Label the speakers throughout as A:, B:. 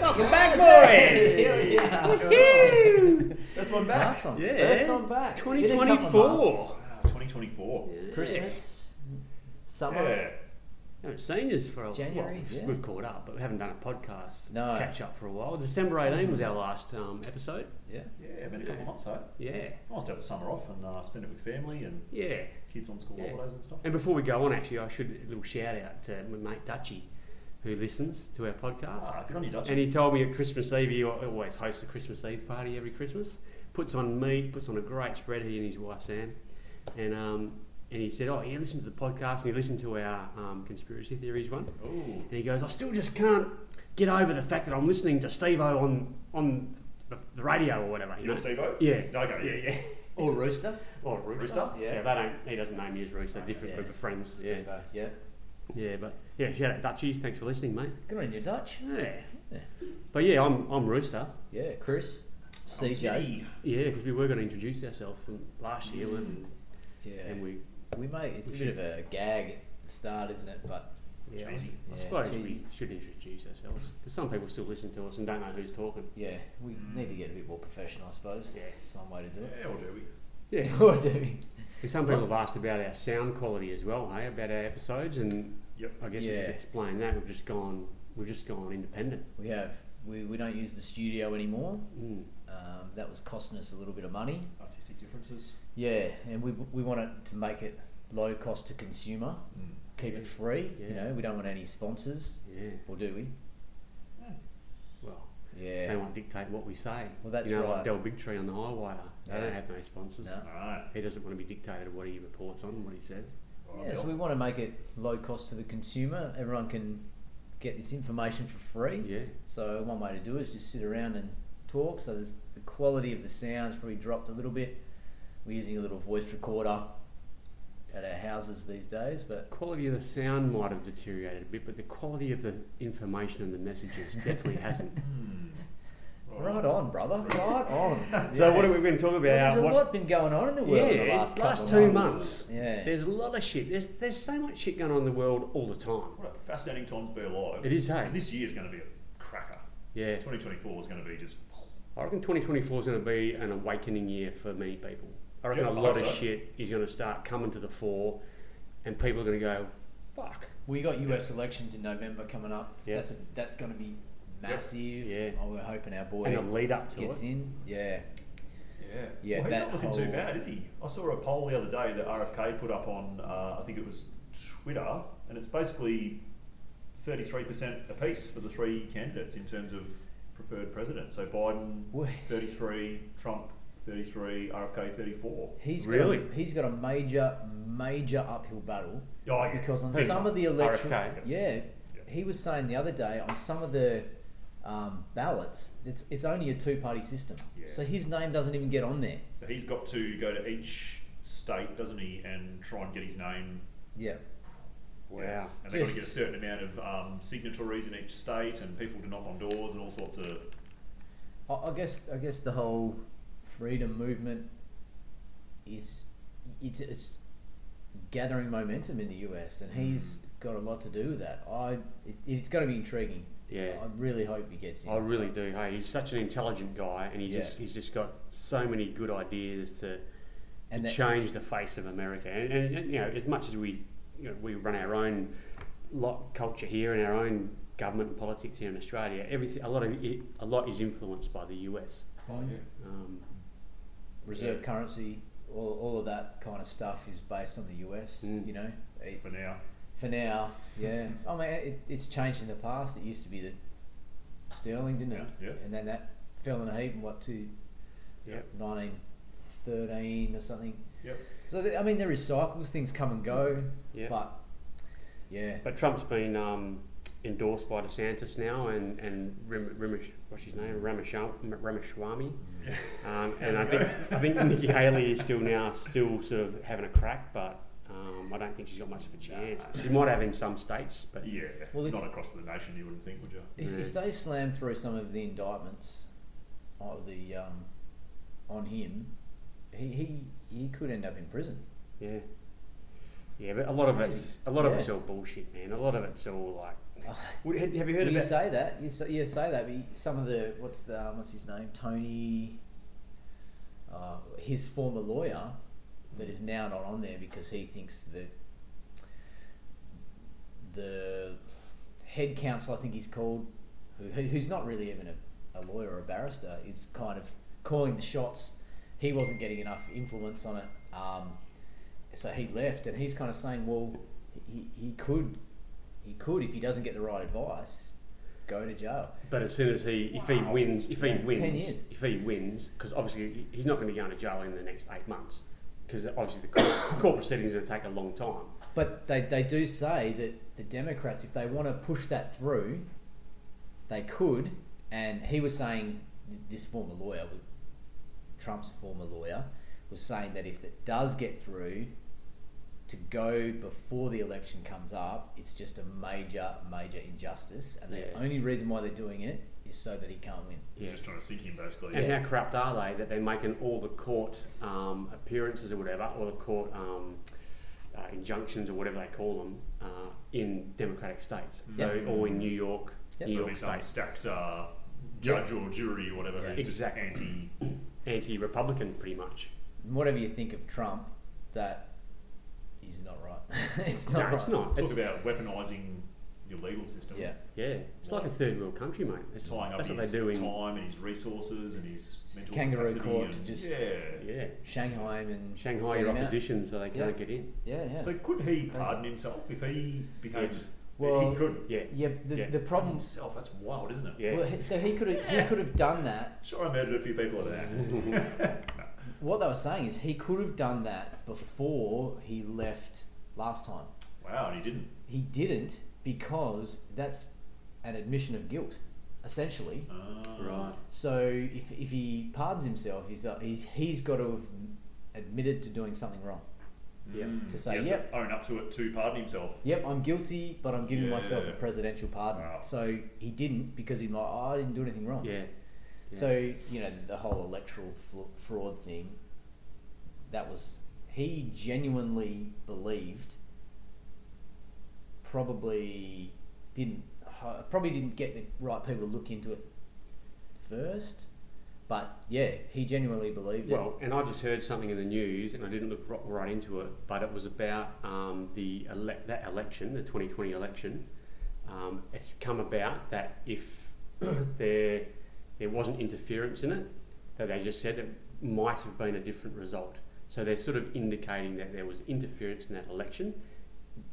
A: Welcome back, Morris.
B: Hell yeah.
A: Woohoo!
B: First one back.
C: Awesome.
A: Yeah.
C: First one back. It's been a couple
A: 2024.
C: months.
B: Wow, 2024.
A: Yeah.
C: Christmas, summer.
B: Yeah.
A: No, it's seniors for a
C: January,
A: Well, we've,
C: yeah.
A: we've caught up, but we haven't done a podcast
C: No.
A: catch up for a while. December 18 was our last um, episode.
C: Yeah.
B: Yeah, been a couple
A: Yeah.
B: of months, right?
A: Yeah.
B: Nice to have the summer off and uh, spend it with family and
A: Yeah.
B: kids on school
A: Yeah.
B: holidays and stuff.
A: And before we go on, actually, I should a little shout out to my mate Dutchy, who listens to our podcast.
B: Ah, good on you, Dutch.
A: And he told me at Christmas Eve, he al- always hosts a Christmas Eve party every Christmas. Puts on meat, puts on a great spread. He and his wife Sam, and um, and he said, "Oh, he listened to the podcast and he listened to our um, conspiracy theories one."
B: Ooh.
A: And he goes, "I still just can't get over the fact that I'm listening to Steve-O on on the, the radio or whatever." You
B: You're
A: know?
B: Steve O?
A: Yeah.
B: Okay.
A: Yeah, yeah.
C: Or rooster.
A: Or Rooster.
B: Rooster?
C: Yeah.
A: they don't. He doesn't name me as Rooster. Different
C: Yeah.
A: group of friends. Yeah.
C: Steve-O, yeah.
A: Yeah, but yeah, shout out Dutchy. Thanks for listening, mate.
C: Good on you, Dutch.
A: Yeah.
C: Yeah.
A: But yeah, I'm I'm Rooster.
C: Yeah, Chris. CJ.
B: Smitty.
A: Yeah, because we were going to introduce ourselves from last year, and,
C: Mm, Yeah.
A: and we,
C: We may. It's a
A: We
C: bit of a gag at the start, isn't it? But
A: yeah, I-
B: Cheesy.
A: I
C: Yeah,
A: suppose we
C: cheesy.
A: should introduce ourselves because some people still listen to us and don't know who's talking.
C: yeah, we need to get a bit more professional, I suppose.
A: Yeah.
C: It's one way to do it.
B: Yeah, or do we?
A: Yeah,
C: Or do we?
A: and some people have asked about our sound quality as well, hey, about our episodes, and
B: Yep.
A: I guess we
C: Yeah.
A: should explain that. We've just gone, we've just gone independent.
C: We have. We, we don't use the studio anymore.
A: Mm.
C: Um, that was costing us a little bit of money.
B: Artistic differences.
C: Yeah, and we, we want it to make it low cost to consumer, keep it free. You
A: Yeah.
C: know, we don't want any sponsors,
A: Yeah,
C: or do we?
A: well,
C: Yeah.
A: they won't dictate what we say.
C: Well, that's
A: you know, like
C: right.
A: Del Bigtree on the high wire. They
C: Yeah.
A: don't have no sponsors.
C: No.
B: All right.
A: He doesn't want to be dictated what he reports on, what he says.
B: All
C: Yeah,
B: right,
C: so we
B: Bill.
C: want to make it low cost to the consumer. Everyone can get this information for free.
A: Yeah,
C: So one way to do it is just sit around and talk. So there's, the quality of the sounds probably dropped a little bit. We're using a little voice recorder at our houses these days, but
A: quality of the sound might have deteriorated a bit, but the quality of the information and the messages definitely hasn't.
B: Hmm.
C: right, on, brother, right on.
A: So
C: Yeah.
A: what are we going to talk about?
C: There's a
A: What's-
C: lot been going on in the world in the
A: Yeah,
C: last,
A: last
C: couple
A: two
C: of
A: months.
C: Yeah,
A: There's a lot of shit. There's, there's so much shit going on in the world all the time.
B: What a fascinating time to be alive.
A: It is, hey?
B: And this year's going to be a cracker.
A: Yeah.
B: 2024 is going to be just.
A: I reckon 2024 is going to be an awakening year for many people. I reckon
B: Yeah,
A: a
B: I
A: lot
B: hope
A: of
B: so.
A: shit is going to start coming to the fore, and people are going to go, fuck.
C: we got US elections in November coming up.
A: Yeah.
C: That's a, that's going to be massive.
A: Yeah.
C: Oh, we're hoping our boy
A: And the lead up to
C: gets
A: it.
C: in. Yeah.
B: Yeah.
C: Yeah,
B: Well, he's
C: that
B: not looking too
C: whole-
B: bad, is he? I saw a poll the other day that RFK put up on, uh, I think it was Twitter, and it's basically 33% apiece for the three candidates in terms of preferred president. So Biden,
C: We-
B: 33, Trump, 33, RFK, 34.
C: He's
A: Really?
C: Got a, he's got a major, major uphill battle
B: Oh, yeah.
C: because on
A: Who?
C: some of the election,
A: RFK?
C: yeah, he was saying the other day on some of the um, ballots, it's it's only a two party system,
B: Yeah.
C: so his name doesn't even get on there.
B: So he's got to go to each state, doesn't he, and try and get his name.
C: Yeah,
A: Wow.
B: And they've got
C: Yes.
B: to get a certain amount of um, signatories in each state and people to knock on doors and all sorts of.
C: I, I guess I guess the whole freedom movement is it's it's gathering momentum in the US, and he's
A: Mm.
C: got a lot to do with that. I it, it's going to be intriguing.
A: Yeah.
C: I really hope he gets in.
A: I really do. Hey, he's such an intelligent guy, and he
C: Yeah.
A: just he's just got so many good ideas to,
C: And
A: to
C: that-
A: change the face of America. And, and, and, you know, as much as we you know, we run our own lot culture here and our own government and politics here in Australia, everything a lot of it, a lot is influenced by the US.
C: Oh, yeah.
A: Um,
C: reserve currency, all, all of that kind of stuff is based on the US.
A: Mm.
C: You know, It-
B: For now,
C: for now, yeah. I mean, it, it's changed in the past. It used to be the sterling, didn't it?
B: Yeah, yeah.
C: And then that fell in a heap in what to
A: yeah.
C: nineteen thirteen or something.
B: Yep.
C: So th- I mean, there is cycles. Things come and go.
A: Yeah.
C: But yeah,
A: But Trump's been um, endorsed by DeSantis now, and and Rim, Rimish, what's his name, Ramasham, Ramaswamy, um, and I think I think Nikki Haley is still now still sort of having a crack, but um, I don't think she's got much of a chance. She might have in some states, but
B: yeah.
C: Well, if-
B: Not across the nation, you wouldn't think, would you?
C: if, if
A: Yeah.
C: they slam through some of the indictments of the um, on him, he, he he could end up in prison.
A: yeah, yeah. But a lot of it's a lot of it's
C: Yeah.
A: all bullshit, man. A lot of it's all like Would- Have have you heard
C: Well, you
A: about?
C: say that you say, you say that, but you- some of the what's the, um, what's his name Tony, uh, his former lawyer, that is now not on there because he thinks that the head counsel, I think he's called, who, who- who's not really even a, a lawyer or a barrister, is kind of calling the shots. He wasn't getting enough influence on it, um, so he left, and he's kind of saying, well, he, he could he could, if he doesn't get the right advice, go to jail.
A: But as soon as he, if he
B: Wow.
A: wins, if he
C: Yeah, 10
A: wins,
C: years.
A: if he wins, because obviously he- he's not going to be going to jail in the next eight months, because obviously the court, court proceedings are going to take a long time.
C: But they, they do say that the Democrats, if they want to push that through, they could. And he was saying, this former lawyer, Trump's former lawyer, was saying that if it does get through, to go before the election comes up, it's just a major, major injustice. And the
A: Yeah.
C: only reason why they're doing it is so that he can't win.
B: You're just trying to sink him, basically.
A: And how corrupt are they that they're making all the court um, appearances or whatever, or the court um, uh, injunctions or whatever they call them, uh, in democratic states? So,
C: Yeah.
A: or in New York,
C: Yeah.
A: New York
B: So there'll be some
A: State,
B: stacked uh, judge or jury or whatever
C: Yeah.
B: who's
A: Exactly.
B: just anti.
A: anti-Republican, pretty much.
C: And whatever you think of Trump, that is not right. it's
A: no,
C: not right.
A: it's not.
B: Talk
A: It's,
B: about weaponising your legal system.
C: Yeah.
A: yeah, it's like a third world country, mate. That's,
B: Tying up
A: that's what they
B: his
A: do in
B: time and his resources and his mental
C: kangaroo
B: capacity
C: court
B: and-
C: to just-
B: yeah.
A: yeah
C: Shanghai him and
A: Shanghai
C: get
A: your
C: him out.
A: opposition, so they can't get in.
C: Yeah, yeah.
B: So could he
C: Crazy.
B: pardon himself if he became?
A: Yes.
C: Well-
B: he could.
A: Yeah,
C: yeah, the,
A: Yeah.
C: the
B: Pardon
C: problem.
B: himself. That's wild, isn't it?
A: yeah.
C: Well, he- so he could have he could have done that.
B: Sure, I murdered a few people over there.
C: What they were saying is he could have done that before he left last time.
B: Wow, and he didn't.
C: He didn't because that's an admission of guilt, essentially.
B: Ah.
A: Right.
C: So if, if he pardons himself, he's uh, he's he's got to have admitted to doing something wrong.
A: Yeah.
B: Mm.
C: To say,
B: he has
C: yep.
B: to own up to it to pardon himself.
C: Yep, I'm guilty, but I'm giving myself a
B: Yeah.
C: presidential pardon.
B: Wow.
C: So he didn't because he's like, oh, I didn't do anything wrong.
A: yeah. Yeah.
C: So you know the whole electoral fla- fraud thing. That was he genuinely believed. Probably didn't hi- probably didn't get the right people to look into it first, but yeah, he genuinely believed it.
A: Well, and I just heard something in the news, and I didn't look ro- right into it, but it was about um, the ele- that election, the 2020 election. Um, it's come about that if there there wasn't interference in it, that they just said it might have been a different result. So they're sort of indicating that there was interference in that election,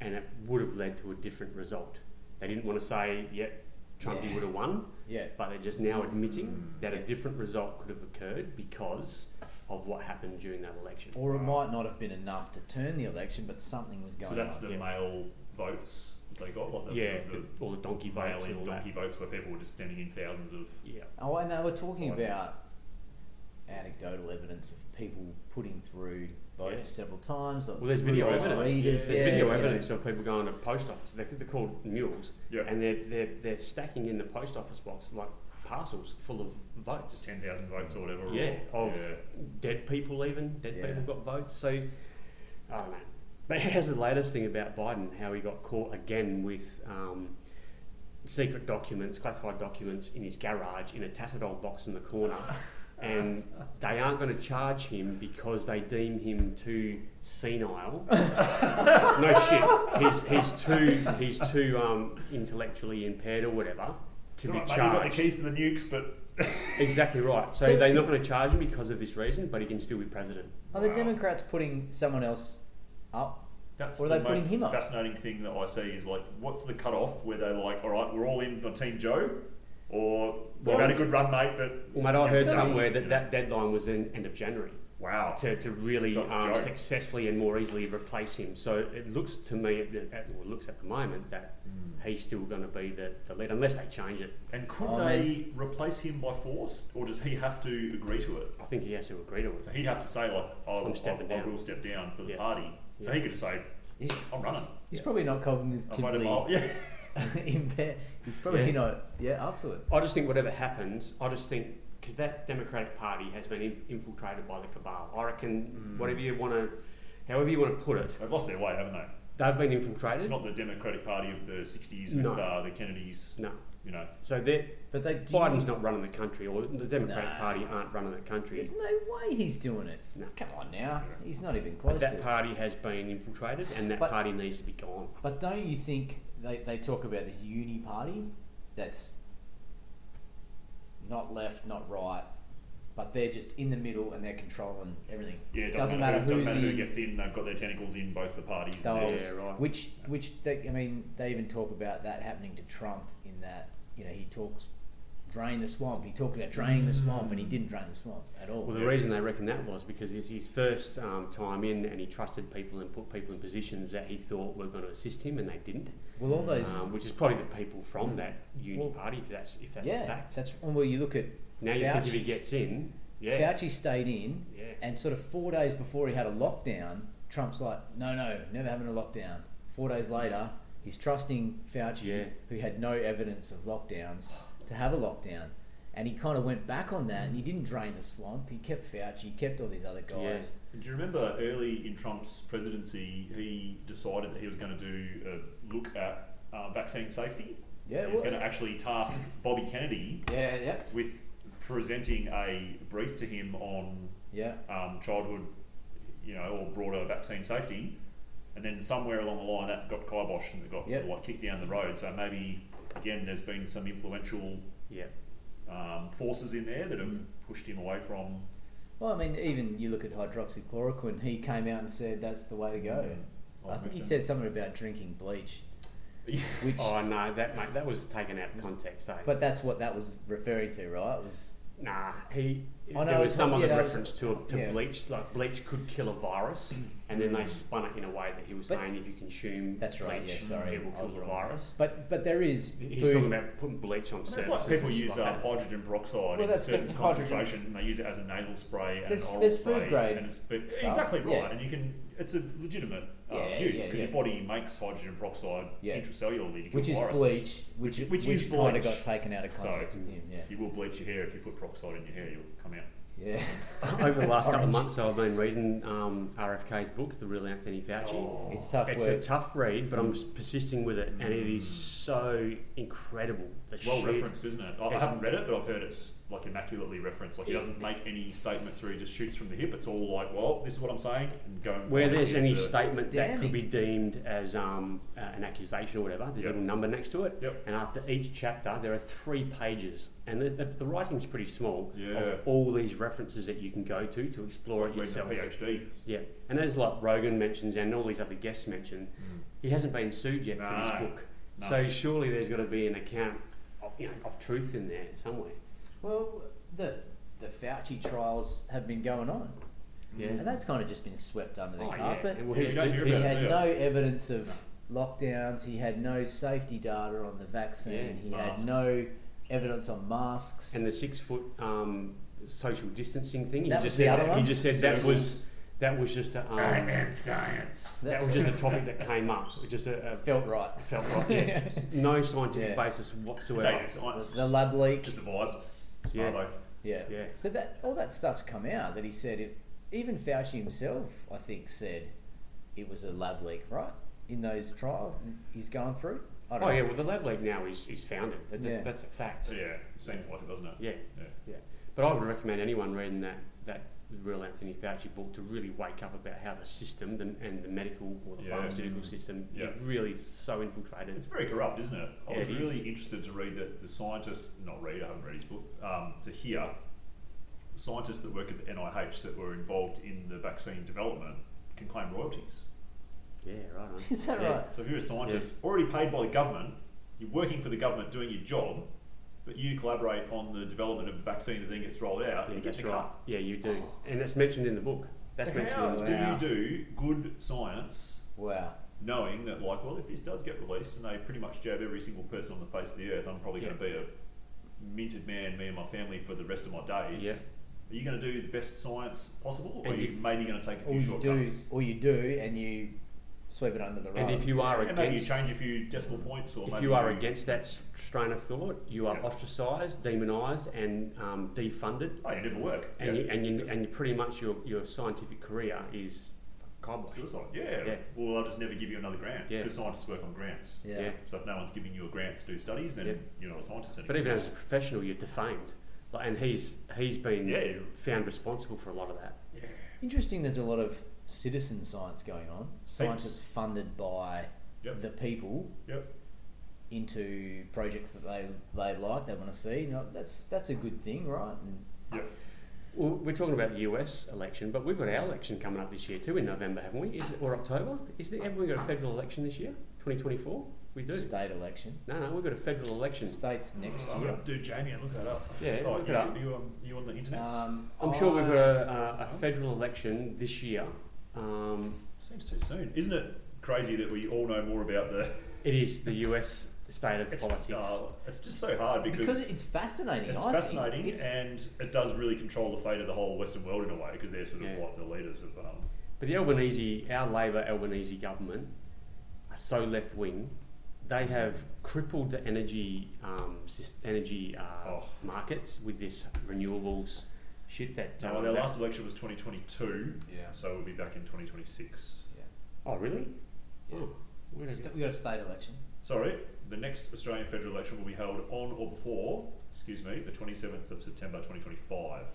A: and it would have led to a different result. They didn't want to say, "Yep, Trump
C: Yeah.
A: would have won,"
C: Yeah,
A: but they're just now admitting that a
C: Yeah.
A: different result could have occurred because of what happened during that election.
C: or it might not have been enough to turn the election, but something was going
B: So that's
C: on.
B: the
A: yeah.
B: male votes that they got. What the,
A: yeah,
B: the,
A: the, all the donkey votes
B: male
A: and
B: in
A: all that.
B: donkey votes where people were just sending in thousands of.
A: Yeah,
C: Oh, and they were talking
B: Right.
C: about anecdotal evidence of people putting through votes
A: Yeah.
C: several times. like
A: well, there's video
C: readers,
A: evidence.
C: readers,
A: There's
C: yeah,
A: video
C: you know.
A: evidence of people going to post office. They're, they're called mules,
B: Yeah.
A: and they're, they're they're stacking in the post office box like parcels full of votes.
B: Just ten thousand votes or whatever.
A: Yeah,
B: or,
A: of dead people even dead
C: Yeah.
A: people got votes. So I don't know. But here's the latest thing about Biden: how he got caught again with um, secret documents, classified documents in his garage in a tattered old box in the corner, and they aren't going to charge him because they deem him too senile. no shit, he's, he's too he's too um, intellectually impaired or whatever to
B: So
A: be
B: right,
A: charged.
B: maybe you got the keys to the nukes, but
A: Exactly right. So,
C: So-
A: they're not going to charge him because of this reason, but he can still be president.
C: Are the
B: Wow.
C: Democrats putting someone else up?
B: that's
C: Or are
B: the
C: they putting
B: most
C: him up?
B: fascinating thing that I see is like, what's the cutoff where they're like, all right, we're all in on Team Joe, or
A: Well,
B: we've had a
A: it's-
B: good run, mate, but
A: Well, mate, I heard
B: No,
A: somewhere
B: he-
A: that that deadline was in end of January
B: wow,
A: to, to really
B: So it's
A: um,
B: Joe.
A: successfully and more easily replace him. So it looks to me, at, the- at, well, it looks at the moment that
B: Mm.
A: he's still going to be the, the lead unless they change it.
B: and could
C: Oh,
B: they replace him by force, or does he have to agree to it?
A: I think he has to agree to it.
B: So he'd have to say like, I will,
A: stepping
B: I, I
A: down.
B: will step down for the
A: Yeah.
B: party. So
A: Yeah.
B: he could have said,
C: He's,
B: I'm running.
C: he's probably not
B: I voted my
C: cognitively
B: yeah.
C: impaired. He's probably
A: Yeah.
C: not yeah up to it.
A: I just think whatever happens, I just think because that Democratic Party has been in,
B: Mm.
A: infiltrated by the cabal. I reckon whatever you want to, however you want to put it,
B: They've lost their way, haven't they?
A: they've been infiltrated.
B: It's not the Democratic Party of the 60s with
A: No.
B: uh, the Kennedys,
A: no.
B: you know.
A: So they're,
C: But they do.
A: Biden's not running the country, or the Democratic
C: No.
A: Party aren't running the country.
C: There's no way he's doing it.
A: No.
C: Come on now, he's not even
A: But
C: close to
A: that
C: it.
A: party has been infiltrated, and that
C: But-
A: party needs to be gone.
C: But don't you think they, they talk about this uni party that's not left, not right, but they're just in the middle and they're controlling everything.
B: Yeah, it doesn't, matter, who, doesn't
C: who's
B: matter who
C: in-
B: gets in. They've got their tentacles in both the parties.
C: They'll-
B: They're
A: Yeah,
B: just-
A: right.
C: Which, which they, I mean, they even talk about that happening to Trump in that you know he talks drain the swamp. He talked about draining the swamp, and he didn't drain the swamp at all.
A: Well, the
B: Yeah.
A: reason they reckon that was because it's his first um, time in, and he trusted people and put people in positions that he thought were going to assist him, and they didn't.
C: Well, all those,
A: Um, which is probably the people from that uni
C: Mm. Well-
A: party, if that's if that's a
C: yeah,
A: fact.
C: that's well. You look at
A: Now you think if he
C: Fauci.
A: gets in, yeah,
C: Fauci stayed in
A: yeah.
C: And sort of four days before he had a lockdown, Trump's like, no, no, never having a lockdown. Four days later, he's trusting Fauci,
A: Yeah.
C: who had no evidence of lockdowns, to have a lockdown. And he kind of went back on that and he didn't drain the swamp. He kept Fauci, he kept all these other guys.
B: Do you remember early in Trump's presidency, he decided that he was going to do a look at uh, vaccine safety?
C: Yeah,
B: he was going to actually task Bobby Kennedy
C: yeah, yeah.
B: with presenting a brief to him on
C: Yeah.
B: um, childhood, you know, or broader vaccine safety. And then somewhere along the line, that got kiboshed and it got sort
C: Yep.
B: of like kicked down the road. So maybe again, there's been some influential
A: Yeah,
B: um, forces in there that have
C: Mm.
B: pushed him away from.
C: Well, I mean, even you look at hydroxychloroquine, he came out and said that's the way to go. I think he said something about drinking bleach, which,
A: Oh no, that mate, that was taken out of context. Eh?
C: but that's what that was referring to, right? It was,
A: nah, he
C: I know
A: there was
C: it's
A: some
C: not-
A: other
C: yeah, no, it's-
A: reference to to
C: yeah. Mm.
A: bleach, like bleach could kill a virus, and then they spun it in a way that he was
C: But-
A: saying if you consume
C: That's right,
A: bleach,
C: yeah, sorry,
A: it will
C: I
A: kill
C: was
A: the
C: wrong.
A: virus.
C: but but there is
A: He's
C: food
A: talking about putting bleach on.
B: It's like
A: surfaces
B: people
A: and
B: use
A: stuff
B: uh,
A: like that.
B: hydrogen peroxide
C: Well,
B: in
C: that's
B: certain
C: the hydrogen-
B: concentrations, and they use it as a nasal spray and
C: There's-
B: an oral
C: there's
B: spray.
C: food grade
B: and it's but,
C: stuff,
B: exactly right,
C: yeah.
B: and you can. It's a legitimate uh,
C: Yeah,
B: use
C: yeah,
B: because
C: yeah.
B: your body makes hydrogen peroxide
C: Yeah.
B: intracellularly to kill
C: which is
B: viruses.
C: bleach, which
B: Which-
C: which,
B: which is
C: kind
B: bleach.
C: of got taken out of
B: So-
C: context. with him,
B: You will bleach your hair if you put peroxide in your hair. You'll come out.
C: yeah, yeah.
A: uh, Over the last couple of
C: Orange.
A: months, I've been reading um, RFK's book, The Real Anthony Fauci.
B: Oh.
C: It's tough
A: It's a
C: work. Mm.
A: tough read, but I'm just persisting with it, and it is so incredible. The
B: It's well
A: sheer-
B: referenced, isn't it? I, I
A: Yes.
B: haven't read it, but I've heard it's like immaculately referenced. Like he doesn't make any statements where he just shoots from the hip. It's all like, well, this is what I'm saying, and go. and
A: Where
B: find it.
A: there's
B: Here's
A: any
B: the-
A: statement
C: It's
A: that could
C: damning.
A: be deemed as um, uh, an accusation or whatever, there's a
B: Yep.
A: little number next to it.
B: Yep.
A: And after each chapter, there are three pages, and the, the, the writing's pretty small
B: Yeah.
A: of all these references that you can go to to explore it
B: Reading a
A: yourself.
B: PhD.
A: Yeah, and as like Rogan mentions and all these other guests mention, he hasn't been sued yet for
B: Hmm. No,
A: his book.
B: no.
A: So surely there's got to be an account, of, you know, of truth in there somewhere.
C: Well, the the Fauci trials have been going on,
A: Yeah.
C: and that's kind of just been swept under the
A: Oh, yeah.
C: carpet.
A: And well,
B: Hmm. Yeah,
A: he's,
B: you don't hear
A: he's-
C: He
B: about it.
C: had
B: Yeah.
C: no evidence of lockdowns. He had no safety data on the vaccine.
A: Yeah,
C: he
B: masks.
C: had no evidence on masks.
A: and the six foot um, social distancing thing. He
C: That
A: just
C: was the
A: said
C: other
A: that, he
C: one?
A: just said that was that was just a um,
B: science.
A: that
C: That's
A: was
C: what
A: just a topic that came up. It just a, a
C: felt right.
A: felt like yeah. no scientific
C: Yeah.
A: basis
B: It's
A: whatsoever.
B: like science.
C: The lab leak.
B: Just a vibe. It's
A: Yeah.
B: Marbo.
C: Yeah.
A: Yeah.
C: So that all that stuff's come out that he said it. Even Fauci himself, I think, said it was a lab leak, right? In those trials he's going through. I
A: Oh
C: don't
A: yeah,
C: know.
A: well the lab leak now is, is founded. That's,
C: Yeah.
A: a, that's a fact.
B: So yeah, it seems like it, doesn't it?
A: Yeah,
B: Yeah.
A: yeah. But I would recommend anyone reading that that real Anthony Fauci book to really wake up about how the system the, and the medical or the
B: Yeah.
A: pharmaceutical system
B: Yeah.
A: is really so infiltrated.
B: It's very corrupt, isn't it? I
A: Yeah,
B: was
A: it
B: really
A: is.
B: interested to read that the scientists, not read, I haven't read his book, um, to hear the scientists that work at the NIH that were involved in the vaccine development can claim royalties.
A: yeah, right. On.
C: Is that
A: yeah.
C: right?
B: So if you're a scientist already paid by the government, you're working for the government doing your job, but you collaborate on the development of the vaccine that then gets rolled out,
A: Yeah,
B: you get
A: that's
B: the
A: right.
B: cut.
A: Yeah, you do, and that's mentioned in the book. That's
B: so
A: mentioned.
B: how
A: in the
B: do
C: Wow.
B: you do good science
C: Wow.
B: knowing that like well if this does get released and they pretty much jab every single person on the face of the earth i'm probably going to be a minted man me and my family for the rest of my days
A: Yeah.
B: are you going to do the best science possible or
A: And
B: are you
A: if-
B: maybe going to take a
C: All
B: few
C: you do,
B: shortcuts
C: all you do, and you sweep it under the rug.
A: And if you are
B: Yeah, maybe you
A: against,
B: change a few decimal points or
A: if
B: maybe
A: you are against that s- strain of thought, you are
B: Yeah.
A: ostracised, demonised, and um, defunded,
B: oh you never work
A: and
B: Yeah.
A: you, and you, and you pretty much your, your scientific career is Cod wash.
B: Suicide. Yeah.
A: Yeah.
B: Well, I'll just never give you another grant
A: Yeah.
B: because scientists work on grants.
C: Yeah.
A: Yeah.
B: So if no one's giving you a grant to do studies, then
A: Yeah.
B: you're not a scientist anymore.
A: But even as a professional, you're defamed. Like, and he's he's been
B: Yeah, you-
A: found responsible for a lot of that.
C: Interesting. There's a lot of citizen science going on. Science that's funded by
B: Yep.
C: the people
B: Yep.
C: into projects that they they like, they want to see. No, that's that's a good thing, right? And
B: Yep.
A: Well, we're talking about the US election, but we've got our election coming up this year too in November, haven't we? Is it, or October? Is there, haven't we got a federal election this year? 2024? We do.
C: state election,
A: No, no, we've got a federal election.
C: states next
B: I'm
C: year.
B: gonna do Jamie and look that up.
A: Yeah,
B: Oh,
A: look
B: you,
A: it up.
B: are you on, you on the internet?
C: Um,
A: I'm sure
B: Oh,
A: we've got
C: I-
B: uh,
A: a, a, a federal election this year. Um,
B: Seems too soon, isn't it? Crazy that we all know more about the.
A: it is the US state of
B: It's,
A: politics.
B: uh, it's just so hard because,
C: because it's fascinating.
B: it's
C: I think.
B: fascinating
C: It's-
B: and it does really control the fate of the whole Western world in a way because they're sort of
A: Yeah.
B: like the leaders of. Um,
A: But the Albanese, our Labor Albanese government, are so left wing. They have crippled the energy um, sys- energy uh,
B: Oh.
A: markets with this renewables shit that.
B: no,
A: um,
B: their
A: that-
B: last election was 2022,
C: yeah.
B: so we'll be back in 2026.
A: oh, really?
C: Yeah.
A: Oh, where did I
C: Sta-
A: go?
C: we got a state election.
B: Sorry, the next Australian federal election will be held on or before, excuse me, the 27th of September 2025,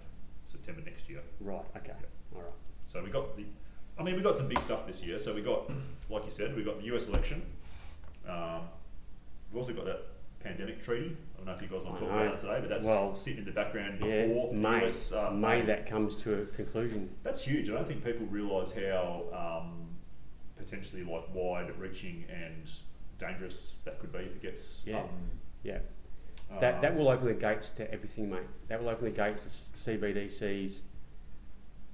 B: September next year.
A: Right. Okay. All right.
B: So we got the, I mean, we got some big stuff this year. So we got, like you said, we got the US election. Um, we've also got that pandemic treaty. I don't know if you guys want to
A: I
B: talk
A: know.
B: about that today, but that's
A: Well,
B: sitting in the background
A: Yeah.
B: before
A: May.
B: the US. Uh,
A: May that comes to a conclusion.
B: That's huge. I don't think people realise how um, potentially like wide-reaching and dangerous that could be if it gets
A: Yeah.
B: up.
A: Yeah.
B: Um,
A: That, that will open the gates to everything, mate. That will open the gates to s- CBDCs.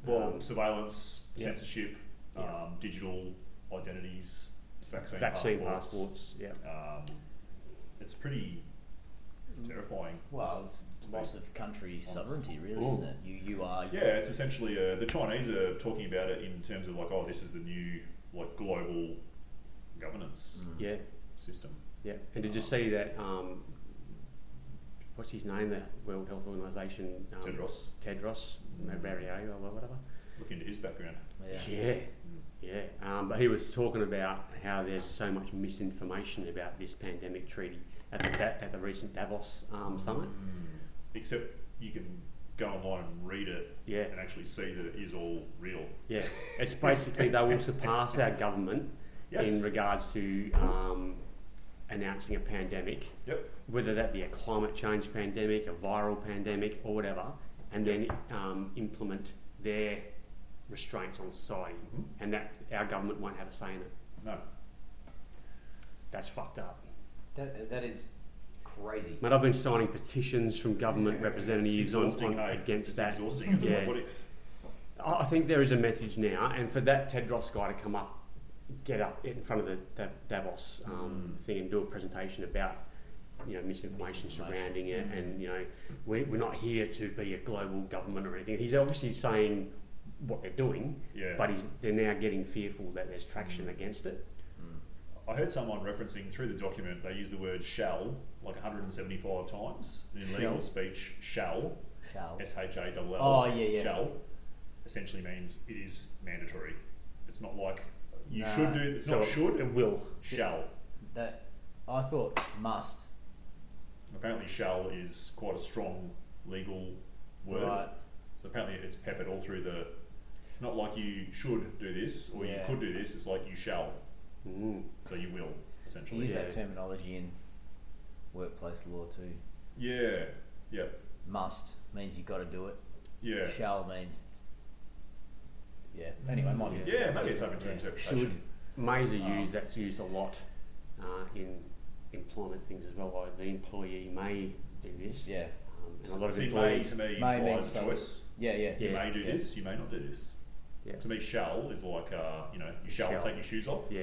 B: Well,
A: um,
B: surveillance,
A: yeah.
B: censorship,
A: Yeah.
B: Um, digital identities, vaccine,
A: vaccine
B: passports.
A: passports. Yeah.
B: Um, it's pretty terrifying.
C: Well, it's loss of country sovereignty, really,
A: Mm.
C: isn't it? You you are.
B: Yeah, it's essentially uh, the Chinese are talking about it in terms of like, oh, this is the new like global governance
C: Mm.
A: Yeah.
B: system.
A: Yeah, and did you see that? Um, what's his name? The World Health Organization. Um,
B: Tedros,
A: Tedros Barrio or whatever.
B: look into his background.
C: Yeah.
A: Yeah, yeah. Um, but he was talking about how there's so much misinformation about this pandemic treaty at the da- at the recent Davos um, summit.
B: Except you can go online and read it
A: Yeah,
B: and actually see that it is all real.
A: yeah. It's basically they will surpass our government
B: Yes.
A: in regards to um, announcing a pandemic.
B: Yep.
A: Whether that be a climate change pandemic, a viral pandemic, or whatever, and then um, implement their restraints on society,
B: Mhm.
A: and that our government won't have a say in it.
B: No.
A: That's fucked up.
D: That, that is crazy.
A: Mate, I've been signing petitions from government representatives on,
B: exhausting,
A: on-
B: hey.
A: against
B: It's
A: that.
B: Exhausting. It's like,
A: Yeah.
B: what it-
A: I I think there is a message now, and for that Tedros guy to come up, get up in front of the, Da- Davos
B: Mm.
A: um, thing and do a presentation about you know misinformation,
C: Misinformation.
A: surrounding it, and you know we, we're not here to be a global government or anything. He's obviously saying what they're doing,
B: yeah. Mm.
A: but he's, they're now getting fearful that there's traction against it.
B: I heard someone referencing through the document they use the word shall like 175 times and in legal
A: Shall.
B: speech. Shall
C: Shall.
B: S H A L L.
C: Oh, yeah, yeah.
B: Shall essentially means it is mandatory. It's not like you
C: Nah.
B: should do. It's not should.
A: It will.
B: Shall.
C: That I thought must.
B: Apparently, shall is quite a strong legal word.
C: Right.
B: So apparently, it's peppered all through the. It's not like you should do this or you
C: Yeah.
B: could do this. It's like you shall.
A: Mm.
B: So you will
C: You
B: essentially.
C: use
A: Yeah.
C: that terminology in workplace law too.
B: Yeah. Yeah.
C: Must means you've got to do it.
B: Yeah.
C: Shall means. Yeah. Anyway, might be.
B: Yeah, maybe it's open
C: different,
B: to interpretation.
C: Should.
A: Mays are
B: Um,
A: used. That's used a lot uh, in employment things as well. Like the employee may do this.
C: Yeah.
A: Um, and a lot of
B: See, may
A: employees.
B: to me
C: May
B: implies
C: means some-
B: choice.
C: Yeah. Yeah.
A: Yeah.
B: You may do
C: yeah.
B: this, you may not do this.
A: Yeah.
B: To me, shall is like, uh, you know, you shall,
A: Shall.
B: take your shoes off.
A: Yeah,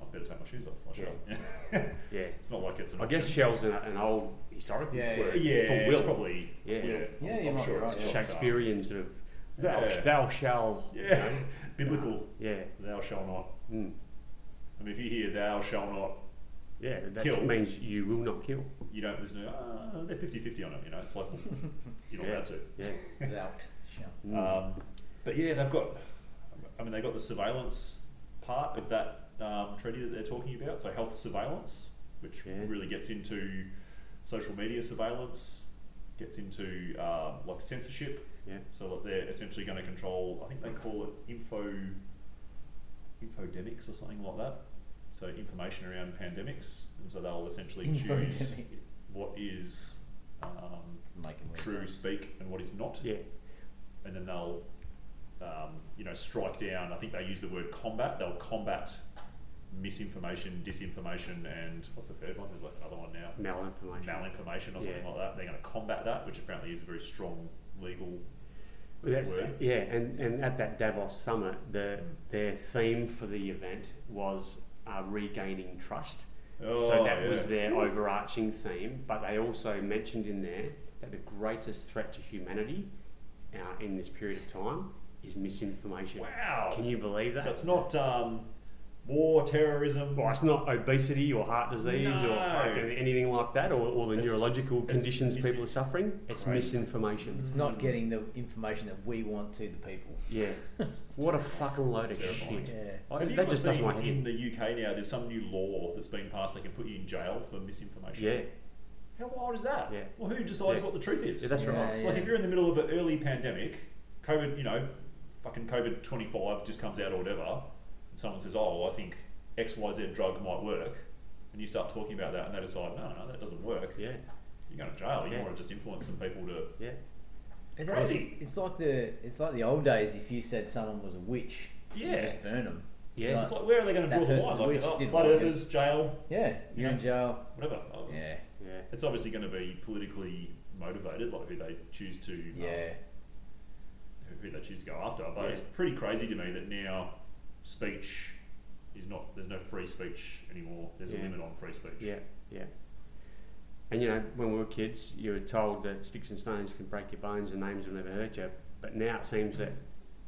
B: Oh, I better take my shoes off. I shall.
A: yeah.
B: It's not like it's an
A: I guess
B: option.
A: shell's an, an old historical
C: Yeah,
A: word
B: yeah,
A: for
B: it's
A: will.
B: probably.
A: Yeah.
C: Yeah,
B: I'm,
C: you
B: I'm
C: might
B: sure
C: be
B: it's
C: right, yeah.
B: short, uh,
A: Shakespearean sort of thou,
B: Yeah.
A: thou shall.
B: Yeah. Biblical.
A: Yeah,
B: Thou shall not.
A: mm.
B: I mean, if you hear thou shall not,
A: yeah. That
B: Kill.
A: means you will not kill.
B: you don't listen to, uh, they're 50 50 on it, you know, it's like, well, you're not
A: Yeah.
B: allowed to.
A: Yeah.
B: Uh,
C: Without. Shall.
A: Mm.
B: Um, but yeah, they've got. I I mean, they got the surveillance part of that um, treaty that they're talking about, so health surveillance, which
A: Yeah.
B: really gets into social media surveillance, gets into um, like censorship.
A: Yeah.
B: So like they're essentially going to control. I think they call it info, infodemics or something like that. So information around pandemics, and so they'll essentially choose
C: Infodemic.
B: what is um,
C: making words
B: true
C: up.
B: speak and what is not
A: Yeah.
B: and then they'll um, you know strike down. I think they use the word combat. They'll combat misinformation, disinformation, and what's the third one? There's like another one now,
A: Malinformation.
B: malinformation or something
A: Yeah.
B: like that. They're going to combat that, which apparently is a very strong legal.
A: Well, that's
B: word.
A: yeah, and, and at that Davos summit, the their theme for the event was uh, regaining trust. so that
B: Oh, yeah.
A: was their overarching theme. But they also mentioned in there that the greatest threat to humanity uh, in this period of time is misinformation.
B: wow.
A: Can you believe that?
B: so it's not um, war, terrorism.
A: well, it's not obesity or heart disease
B: No.
A: or fucking anything like that, or, or the
B: It's-
A: neurological
B: it's
A: conditions
B: misi-
A: people are suffering. It's
B: Crazy. Mm.
A: misinformation.
C: It's not getting the information that we want to the people.
A: Yeah. what a fucking load of
B: Terrifying.
A: shit.
C: Yeah.
A: I-
B: Have you
A: that
B: ever
A: just does
B: seen
A: my head
B: in
A: in.
B: the UK now? There's some new law that's been passed. They can put you in jail for misinformation.
A: Yeah.
B: How wild is that?
A: Yeah.
B: Well, who decides
A: Yeah.
B: what the truth is?
A: Yeah, that's
C: Yeah,
A: right.
B: It's like if you're in the middle of an early pandemic, COVID, you know, fucking COVID 25 just comes out or whatever, and someone says, oh, I think XYZ drug might work, and you start talking about that, and they decide, no, no, no, that doesn't work.
A: Yeah,
B: You're going to jail. You
A: Yeah.
B: want to just influence some people to.
A: yeah,
C: And that's-
B: Crazy.
C: It's like the it's like the old days. If you said someone was a witch, you
B: Yeah.
C: just burn them.
A: yeah.
C: Right.
B: It's like, where are they going to
C: That
B: draw the
C: person's
B: line? Like,
C: witch
B: oh,
C: didn't
B: flat
C: like it.
B: earthers, jail,
C: Yeah, you're in
B: Yeah.
C: jail.
B: whatever. Oh,
C: Yeah,
A: yeah.
B: It's obviously going to be politically motivated, like who they choose to. um,
C: yeah.
B: who they choose to go after. But
A: Yeah.
B: it's pretty crazy to me that now speech is not there's no free speech anymore. There's a
A: Yeah.
B: limit on free speech.
A: Yeah, yeah. And you know, when we were kids, you were told that sticks and stones can break your bones and names will never hurt you. But now it seems that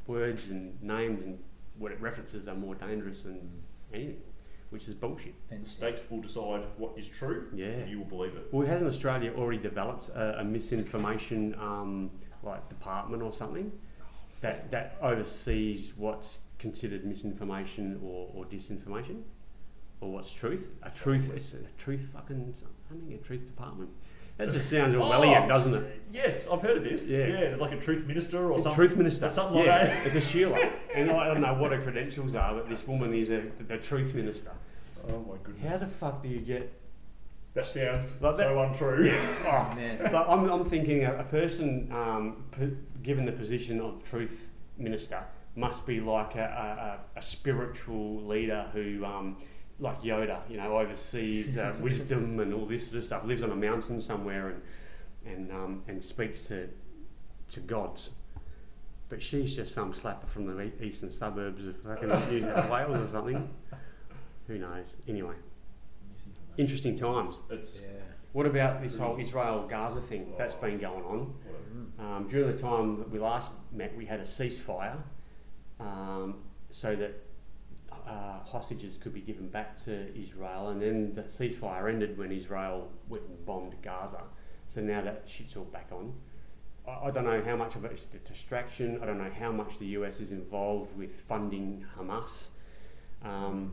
A: words and names and what it references are more dangerous than anything, which is bullshit.
B: The
C: Fence.
B: state will decide what is true,
A: Yeah.
B: and you will believe it.
A: Well, hasn't Australia already developed a, a misinformation um, like department or something that that oversees what's considered misinformation or, or disinformation or what's truth? A truth it's a truth fucking something a truth department. That just sounds Orwellian,
B: Oh!
A: doesn't it?
B: Yes, I've heard of this.
A: Yeah.
B: Yeah, there's like a truth minister or
A: It's
B: something.
A: truth minister.
B: something like
A: yeah,
B: that.
A: It's a Sheila, and I don't know what her credentials are, but this woman is a, the truth minister.
B: Oh my goodness.
A: How the fuck do you get
B: that sounds
A: Like
B: so untrue.
C: Oh
B: Ah.
C: man.
A: But I'm, I'm thinking a, a person um, p- given the position of truth minister must be like a, a, a- a spiritual leader who, um, like Yoda, you know, oversees uh, wisdom and all this sort of stuff, lives on a mountain somewhere and, and, um, and speaks to, to gods. But she's just some slapper from the e- eastern suburbs of fucking New South Wales or something. Who knows? Anyway, interesting times.
B: It's
C: Yeah.
A: What about this whole Israel Gaza thing that's been going on?
B: whatever.
C: Mm.
A: Um, during the time that we last met, we had a ceasefire um, so that uh, hostages could be given back to Israel. And then the ceasefire ended when Israel went and bombed Gaza. So now that shit's all back on. I, I don't know how much of it's a distraction. I don't know how much the US is involved with funding Hamas. Um,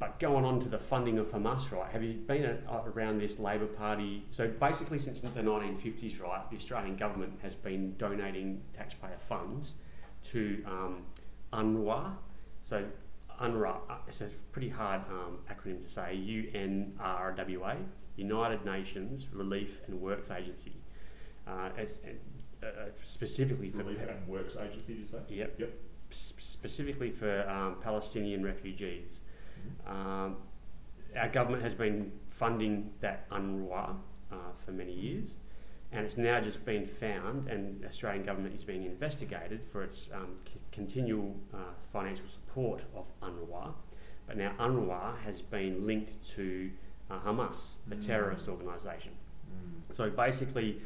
A: but going on to the funding of Hamas, right? Have you been a, around this Labor Party? So basically, since the 1950s, right, the Australian government has been donating taxpayer funds to um, UNRWA. So UNRWA, uh, it's a pretty hard um, acronym to say. U N R W A, United Nations Relief and Works Agency. Uh, it's, uh, uh, specifically for
B: Relief and Works Agency, did you say?
A: Yep.
B: Yep.
A: Sp- specifically for um, Palestinian refugees.
B: Mm-hmm.
A: Um, our government has been funding that UNRWA uh, for many
B: Mm-hmm.
A: years, and it's now just been found, and the Australian government is being investigated for its um, c- continual uh, financial support of UNRWA. But now UNRWA has been linked to uh, Hamas, a
B: Mm.
A: terrorist organisation.
B: Mm.
A: So basically,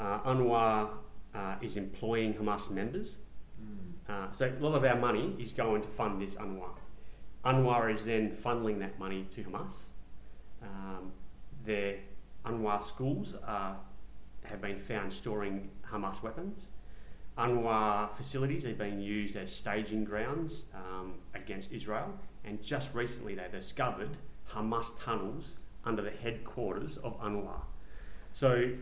A: uh, UNRWA uh, is employing Hamas members.
B: Mm.
A: Uh, so a lot of our money is going to fund this UNRWA. UNRWA is then funneling that money to Hamas. Um, their UNRWA schools are, have been found storing Hamas weapons. Anwar facilities are being used as staging grounds um, against Israel, and just recently they discovered Hamas tunnels under the headquarters of Anwar. So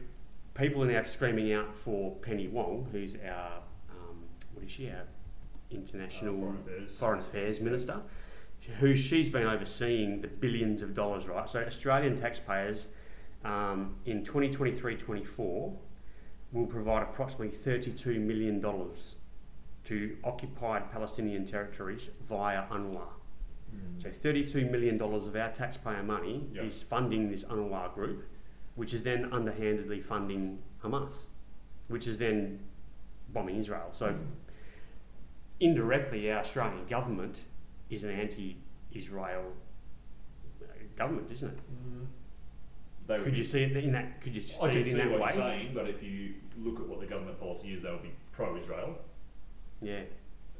A: people are now screaming out for Penny Wong, who's our, um, what is she, our international
B: Uh, foreign affairs.
A: foreign affairs minister, who she's been overseeing the billions of dollars, right? So Australian taxpayers um, in 2023-24 will provide approximately $32 million to occupied Palestinian territories via UNRWA.
B: Mm.
A: So $32 million of our taxpayer money
B: Yep.
A: is funding this UNRWA group, which is then underhandedly funding Hamas, which is then bombing Israel. So indirectly, our Australian government is an anti-Israel uh, government, isn't it?
B: Mm. They would
A: Could
B: be-
A: you see it in that? Could you see
B: I can
A: it
B: see
A: in that
B: what
A: way?
B: you're saying, but if you look at what the government policy is, they would be pro-Israel.
A: Yeah,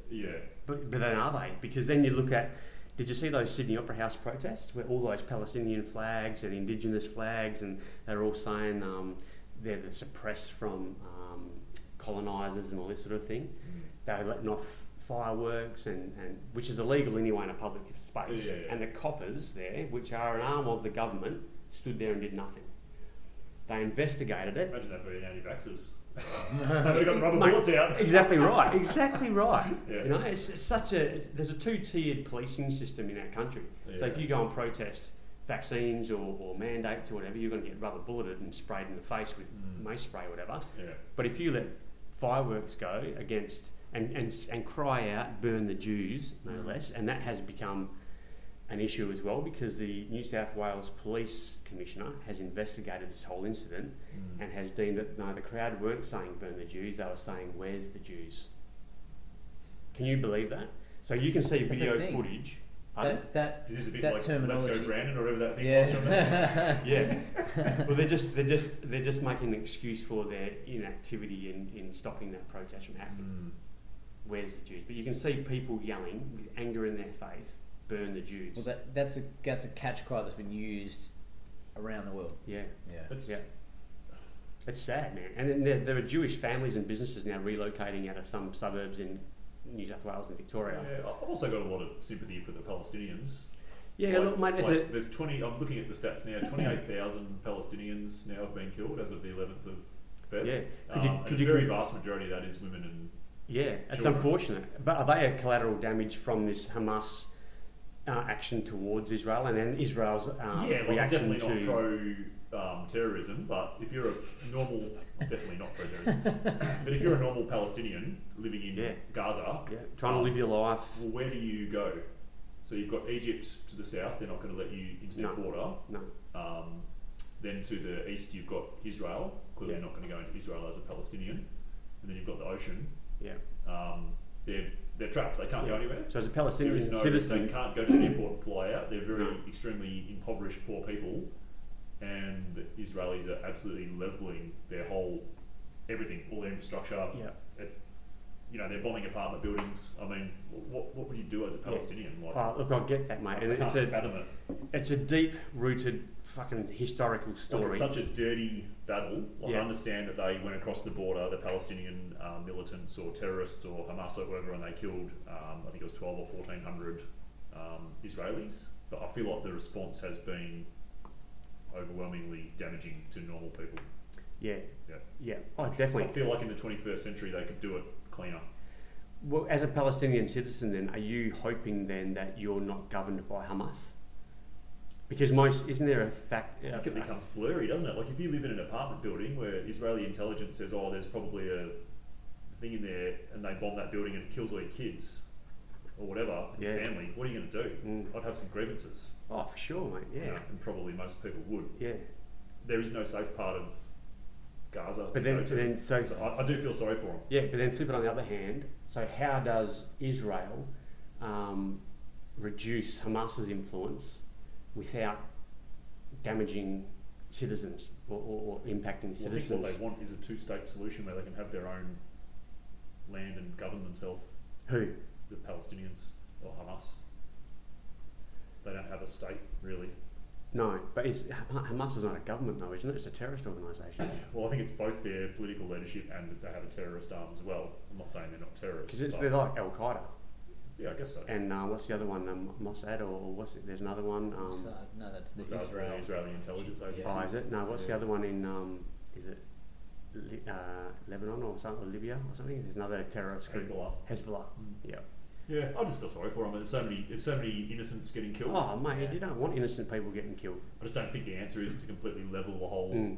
B: Yeah.
A: but but then are they? Because then you look at. Did you see those Sydney Opera House protests where all those Palestinian flags and Indigenous flags and they're all saying um, they're the suppressed from um, colonisers and all this sort of thing?
B: Mm.
A: They're letting off fireworks and, and which is illegal anyway in a public space.
B: Yeah, yeah, yeah.
A: And the coppers there, which are an arm of the government, stood there and did nothing. They investigated it.
B: Imagine that being anti-vaxxers. They've got the rubber
A: Mate,
B: bullets out.
A: Exactly right. Exactly right.
B: Yeah.
A: You know, it's, it's such a it's, there's a two-tiered policing system in our country. So if
B: Yeah.
A: you go and protest vaccines or, or mandates or whatever, you're going to get rubber bulleted and sprayed in the face with
B: Mm.
A: mace spray or whatever.
B: Yeah.
A: But if you let fireworks go against and, and, s- and cry out, burn the Jews, no
C: Mm.
A: less, and that has become an issue as well because the New South Wales Police Commissioner has investigated this whole incident and has deemed that no, the crowd weren't saying burn the Jews, they were saying where's the Jews. Can you believe that? So you can see
C: That's a
A: video
C: thing.
A: footage. Pardon?
C: That, that,
B: Is this a bit
C: That
B: like Let's
C: terminology-
B: Go Brandon or whatever that thing was from the
C: yeah.
A: yeah. well, they're just they're just they're just making an excuse for their inactivity in, in stopping that protest from happening.
B: Mm.
A: Where's the Jews? But you can see people yelling with anger in their face, burn the Jews.
C: Well, that, that's a that's a catch cry that's been used around the world.
A: yeah,
C: Yeah.
B: It's,
A: Yeah. it's sad, man. And then there, there are Jewish families and businesses now relocating out of some suburbs in New South Wales and Victoria.
B: Yeah, I've also got a lot of sympathy for the Palestinians.
A: Yeah,
B: Like-
A: look, mate, it's
B: like there's 20. I'm looking at the stats now. 28,000 Palestinians now have been killed as of the 11th of
A: a
B: Feb.
A: yeah. Could
B: Um,
A: you
B: and
A: could
B: the
A: you
B: very vast majority of that is women and
A: Yeah, it's
B: Children.
A: unfortunate. But are they a collateral damage from this Hamas uh, action towards Israel and then Israel's um,
B: yeah, well, I'm
A: reaction
B: definitely
A: to?
B: not pro um, terrorism, but if you're a normal, I'm definitely not pro terrorism, but if you're a normal Palestinian living in
A: Yeah.
B: Gaza,
A: yeah, trying to live your life.
B: well, where do you go? So you've got Egypt to the south; they're not going to let you into their
A: No.
B: border.
A: No.
B: Um, then to the east, you've got Israel. Clearly,
A: Yeah.
B: not going to go into Israel as a Palestinian. And then you've got the ocean.
A: Yeah.
B: Um, they're they're trapped. They can't go
A: Yeah.
B: anywhere.
A: So as a
B: There
A: Palestinian
B: is no, they
A: citizen,
B: can't go to the airport and fly out. They're very
A: No.
B: extremely impoverished, poor people, and the Israelis are absolutely leveling their whole everything, all their infrastructure.
A: yeah,
B: It's you know they're bombing apartment buildings. I mean, what what would you do as a Palestinian? Like,
A: oh, look, I get that, mate.
B: I
A: And
B: can't
A: it's a
B: fathom it.
A: it's a deep rooted fucking historical
B: Like,
A: story.
B: it's such a dirty battle. Like,
A: Yeah.
B: I understand that they went across the border, the Palestinian um, militants or terrorists or Hamas or whatever, and they killed, um, I think it was 12 or 1400 um, Israelis. But I feel like the response has been overwhelmingly damaging to normal people.
A: yeah,
B: Yeah.
A: yeah. Oh,
B: I
A: definitely.
B: feel like in the 21st century they could do it cleaner.
A: Well, as a Palestinian citizen, then, are you hoping then that you're not governed by Hamas? Because most isn't there a fact? uh,
B: I think it becomes blurry, doesn't it? Like if you live in an apartment building where Israeli intelligence says, "Oh, there's probably a thing in there," and they bomb that building and it kills all your kids or whatever, and your
A: Yeah.
B: family, what are you going to do?
A: Mm.
B: I'd have some grievances,
A: Oh, for sure, mate.
B: you
A: Yeah,
B: know, and probably most people would.
A: yeah.
B: There is no safe part of Gaza. to
A: But then,
B: go
A: but
B: to.
A: then so
B: so I, I do feel sorry for them.
A: yeah, but then flip it on the other hand. So how does Israel um, reduce Hamas's influence without damaging citizens or, or, or impacting
B: I think what
A: citizens?
B: they want is a two-state solution where they can have their own land and govern themselves.
A: Who?
B: the Palestinians or Hamas. They don't have a state really.
A: No, but it's, Ham- Hamas is not a government though, isn't it? It's a terrorist organisation.
B: Well, I think it's both their political leadership and that they have a terrorist arm as well. I'm not saying they're not terrorists.
A: Because it's
B: but-
A: they're like Al Qaeda.
B: yeah, I guess so.
A: And uh, what's the other one? Um, Mossad or or what's it? There's another one. Um,
C: So, no, that's the
B: Was that
C: Israel.
B: the Israeli intelligence agency?
A: oh, is it? No, what's the
D: Yeah.
A: other one in? Um, is it Li- uh, Lebanon or something? Or Libya or something? There's another terrorist group.
B: Hezbollah.
A: Hezbollah. Yeah.
B: Yeah, I just feel sorry for them. There's so many, there's so many innocents getting killed.
A: Oh mate,
C: Yeah.
A: you don't want innocent people getting killed.
B: I just don't think the answer is to completely level the whole
A: Mm.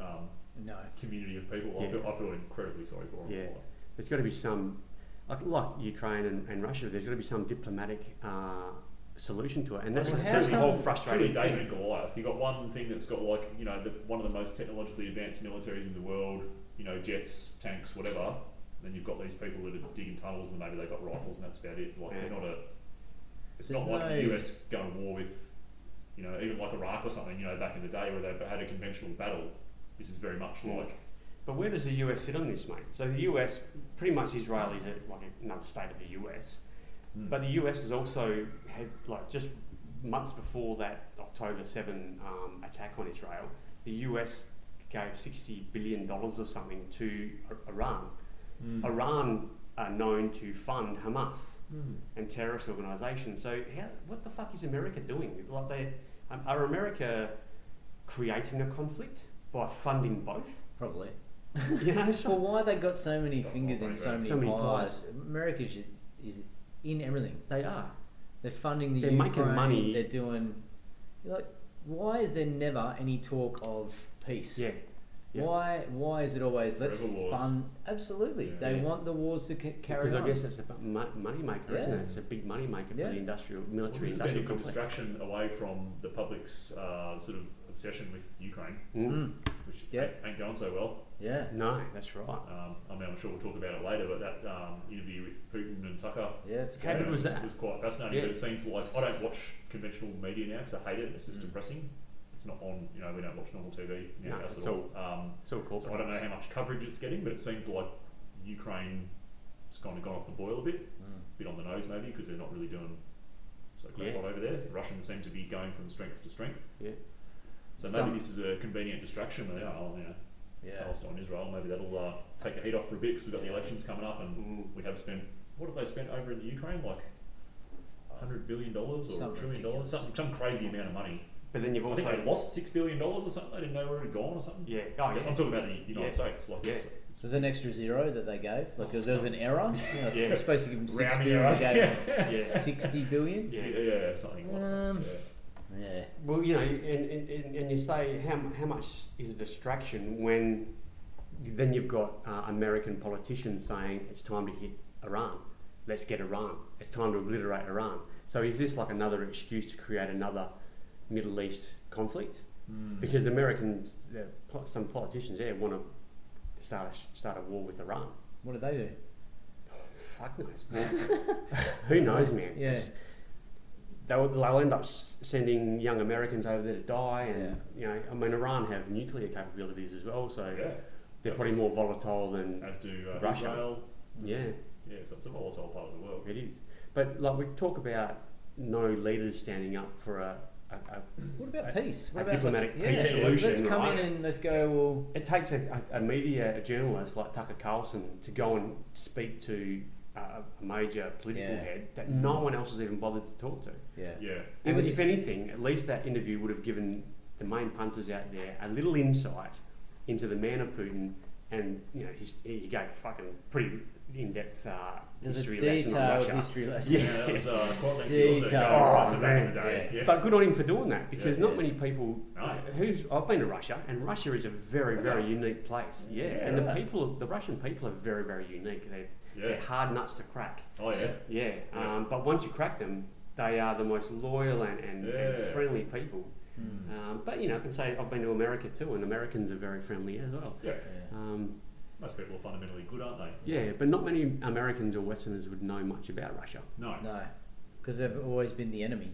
B: um,
C: No.
B: community of people. I,
A: Yeah.
B: feel, I feel incredibly sorry for them.
A: Yeah. There's got to be some, like, like Ukraine and, and Russia. There's got to be some diplomatic uh, solution to it, and that's,
C: Well,
A: that's, the
C: how come-
A: whole
B: Truly,
A: frustrating
B: David
A: thing.
B: and Goliath. You've got one thing that's got like you know the, one of the most technologically advanced militaries in the world. You know, jets, tanks, whatever. then you've got these people that are digging tunnels and maybe they've got rifles and that's about it. Like they're
A: Yeah.
B: not a. It's
C: There's
B: not like the
C: no-
B: US going to war with, you know, even like Iraq or something. You know, back in the day where they had a conventional battle. This is very much
A: Mm.
B: like
A: But where does the US sit on this, mate? So the US, pretty much Israel is a, like another state of the US, but the US has also had like just months before that October seven um, attack on Israel, the US gave sixty billion dollars or something to I- Iran.
B: Mm.
A: Hmm. Iran are known to fund Hamas. and terrorist organisations. So how, what the fuck is America doing? Like they, um, are America creating a conflict by funding both?
C: Probably.
A: you know,
C: Well,
A: so
C: why they got so many fingers in so many,
A: So many
C: pies? America should, is in everything.
A: they are.
C: They're funding the
A: They're
C: Ukraine.
A: making money.
C: They're doing. Like, why is there never any talk of peace?
A: Yeah, yeah.
C: Why? Why is it always let's
B: Forever wars.
C: fund? Absolutely,
B: Yeah.
C: they
A: Yeah.
C: want the wars to c- carry
A: because
C: on.
A: I guess that's a bu- mo- money maker, isn't
C: Yeah.
A: it? It's a big money maker for
C: Yeah.
A: the industrial
B: Well,
A: military
B: this has been a
A: industrial
B: good
A: complex.
B: distraction away from the public's uh, sort of obsession with Ukraine,
A: Mm.
C: Mm,
B: which
C: Yeah.
B: ain't, ain't going so well.
C: yeah,
A: No, that's right.
B: Um, I mean, I'm sure we'll talk about it later, but that um, interview with Putin and Tucker
C: yeah, it's
A: How
B: you
A: good
B: know,
A: was that?
B: was quite fascinating.
A: Yeah.
B: But it seems like I don't watch conventional media now because I hate it. It's just
C: Mm.
B: depressing. It's not on. You know, we don't watch normal TV now
A: No,
B: us
A: it's
B: at all. Um,
A: So cool.
B: so I don't know how much coverage it's getting, but it seems like Ukraine has kind of gone off the boil a bit.
C: Mm.
B: bit on the nose maybe because they're not really doing so great
A: Yeah.
B: lot over there. Russians seem to be going from strength to strength.
A: Yeah.
B: So
C: Some-
B: maybe this is a convenient distraction. They are, you know,
C: yeah.
B: Palestine, Israel. Maybe that'll uh, take the heat off for a bit because we've got the elections coming up and
A: Mm.
B: we have spent. What have they spent over in the Ukraine? Like. Hundred billion dollars or a
C: Something
B: trillion dollars,
C: ridiculous.
B: something, some crazy amount of money.
A: But then you've
B: I think they
A: also
B: lost six billion dollars or something. They didn't know where it had gone or something.
A: yeah. Oh yeah.
B: I'm talking about the United
A: Yeah.
B: States. Like,
A: Yeah.
B: it's, it's
C: So there's an extra zero that they gave. Like,
B: Oh,
C: was there was an error? Yeah,
A: Yeah.
C: They're supposed to give them six
B: Rounding
C: billion.
B: error.
C: They gave them
A: Yeah.
C: sixty billion.
A: Yeah.
B: yeah, yeah, something like
C: Um,
B: that. Yeah.
C: Yeah.
A: Well, you know, and, and, and- and you say how, how much is a distraction when then you've got uh, American politicians saying it's time to hit Iran, let's get Iran, it's time to obliterate Iran. So is this like another excuse to create another Middle East conflict?
B: Mm.
A: Because Americans, uh, po- some politicians there want to start a, sh- start a war with Iran.
C: What did they do?
A: Fuck knows. Who knows, man?
C: Yeah.
A: It's- They'll, they'll end up s- sending young Americans over there to die, and you know, I mean, Iran have nuclear capabilities as well, so
B: yeah.
A: they're probably more volatile than
B: As do uh,
A: Russia.
B: Israel.
A: yeah,
B: Yeah, so it's a volatile part of the world.
A: it is. But like we talk about, no leaders standing up for a. a, a
C: What about
A: A-
C: peace? What
A: a
C: about
A: diplomatic
C: yeah,
A: peace
C: Let's
A: solution,
C: come
A: right?
C: in and let's go. Well,
A: it takes a, a, a media a journalist like Tucker Carlson to go and speak to a, a major political
C: Yeah.
A: head that no one else has even bothered to talk to.
C: yeah.
B: Yeah.
C: It
A: And
C: was-
A: if anything, at least that interview would have given the main punters out there a little insight into the man of Putin, and you know he's, he gave fucking pretty in-depth uh,
C: There's
A: history
C: a
A: lesson on
C: detailed
A: Russia.
C: history lesson.
B: Yeah, that was uh, quite lengthy. wasn't it?
C: Detail.
B: Going right to
A: Oh,
B: back in the
C: man.
B: day. Yeah.
A: But good on him for doing that because
C: Yeah,
A: not
C: yeah.
A: many people.
B: No.
A: Who's I've been to Russia, and Russia is a very very unique place. Yeah,
C: Yeah,
A: and the
C: right.
A: people, the Russian people, are very very unique. They're,
B: yeah.
A: they're hard nuts to crack.
B: Oh, yeah.
A: Yeah,
B: Yeah.
A: Um, but once you crack them, they are the most loyal and, and, and
B: Yeah.
A: friendly people.
C: Mm.
A: Um, but you know, I can say I've been to America too, and Americans are very friendly as well.
B: Yeah.
C: Yeah.
A: Um,
B: Most people are fundamentally good, aren't they?
A: yeah, but not many Americans or Westerners would know much about Russia.
B: No.
C: No, because they've always been the enemy.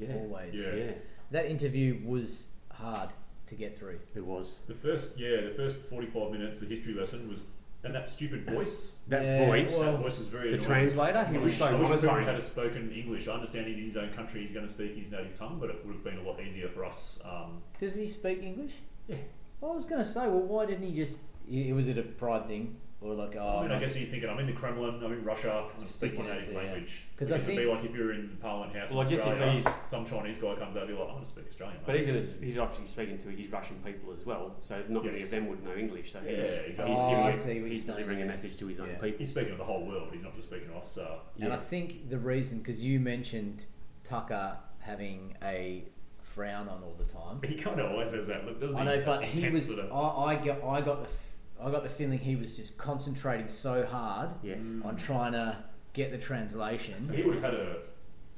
A: Yeah,
C: Always.
A: yeah,
B: Yeah.
C: That interview was hard to get through.
A: it was.
B: The first, yeah, the first 45 minutes, the history lesson was And that stupid voice.
A: That
C: Yeah,
A: voice,
B: That
C: well-
B: voice is very
A: the
B: annoying.
A: translator,
B: I
A: he was
B: wish,
A: so
B: I wish Perry had
A: monotone.
B: a spoken English. I understand he's in his own country, he's going to speak his native tongue, but it would have been a lot easier for us. Um,
C: Does he speak English?
B: Yeah.
C: Well, I was going to say, well, why didn't he just. i- Was it a pride thing? Or like, oh,
B: I mean, I
C: I'm-
B: guess he's thinking, I'm in the Kremlin, I'm in Russia, I'm speaking
C: Sticking
B: my
C: it
B: native
C: to- yeah.
B: language.
C: 'Cause
B: Because
C: I
B: it'd be
C: think-
B: like if you're in Parliament House
A: Well, I
B: in
A: guess if
B: Australia,
A: he's-
B: some Chinese guy comes over, you're like, I'm going to speak Australian.
A: But he's,
B: mate."
A: gonna, he's obviously speaking to his Russian people as well, so not many
B: Yes.
A: of them would know English. So
B: Yeah,
A: he's,
B: exactly.
A: he's,
C: Oh,
A: giving
C: I
A: it-
C: see
A: he's
C: what you're saying,
A: delivering a
C: yeah.
A: message to his own
C: Yeah.
A: people.
B: He's speaking of the whole world, he's not just speaking to us. So.
C: And
A: Yeah.
C: I think the reason, because you mentioned Tucker having a frown on all the time.
B: He kind of always says that, look, doesn't
C: I
B: he?
C: know,
B: That
C: but he
B: tense
C: was.
B: sort uh, of-
C: I, I got. I got the. f- I got the feeling he was just concentrating so hard
A: Yeah.
C: on trying to get the translation.
B: So he would have had a. thing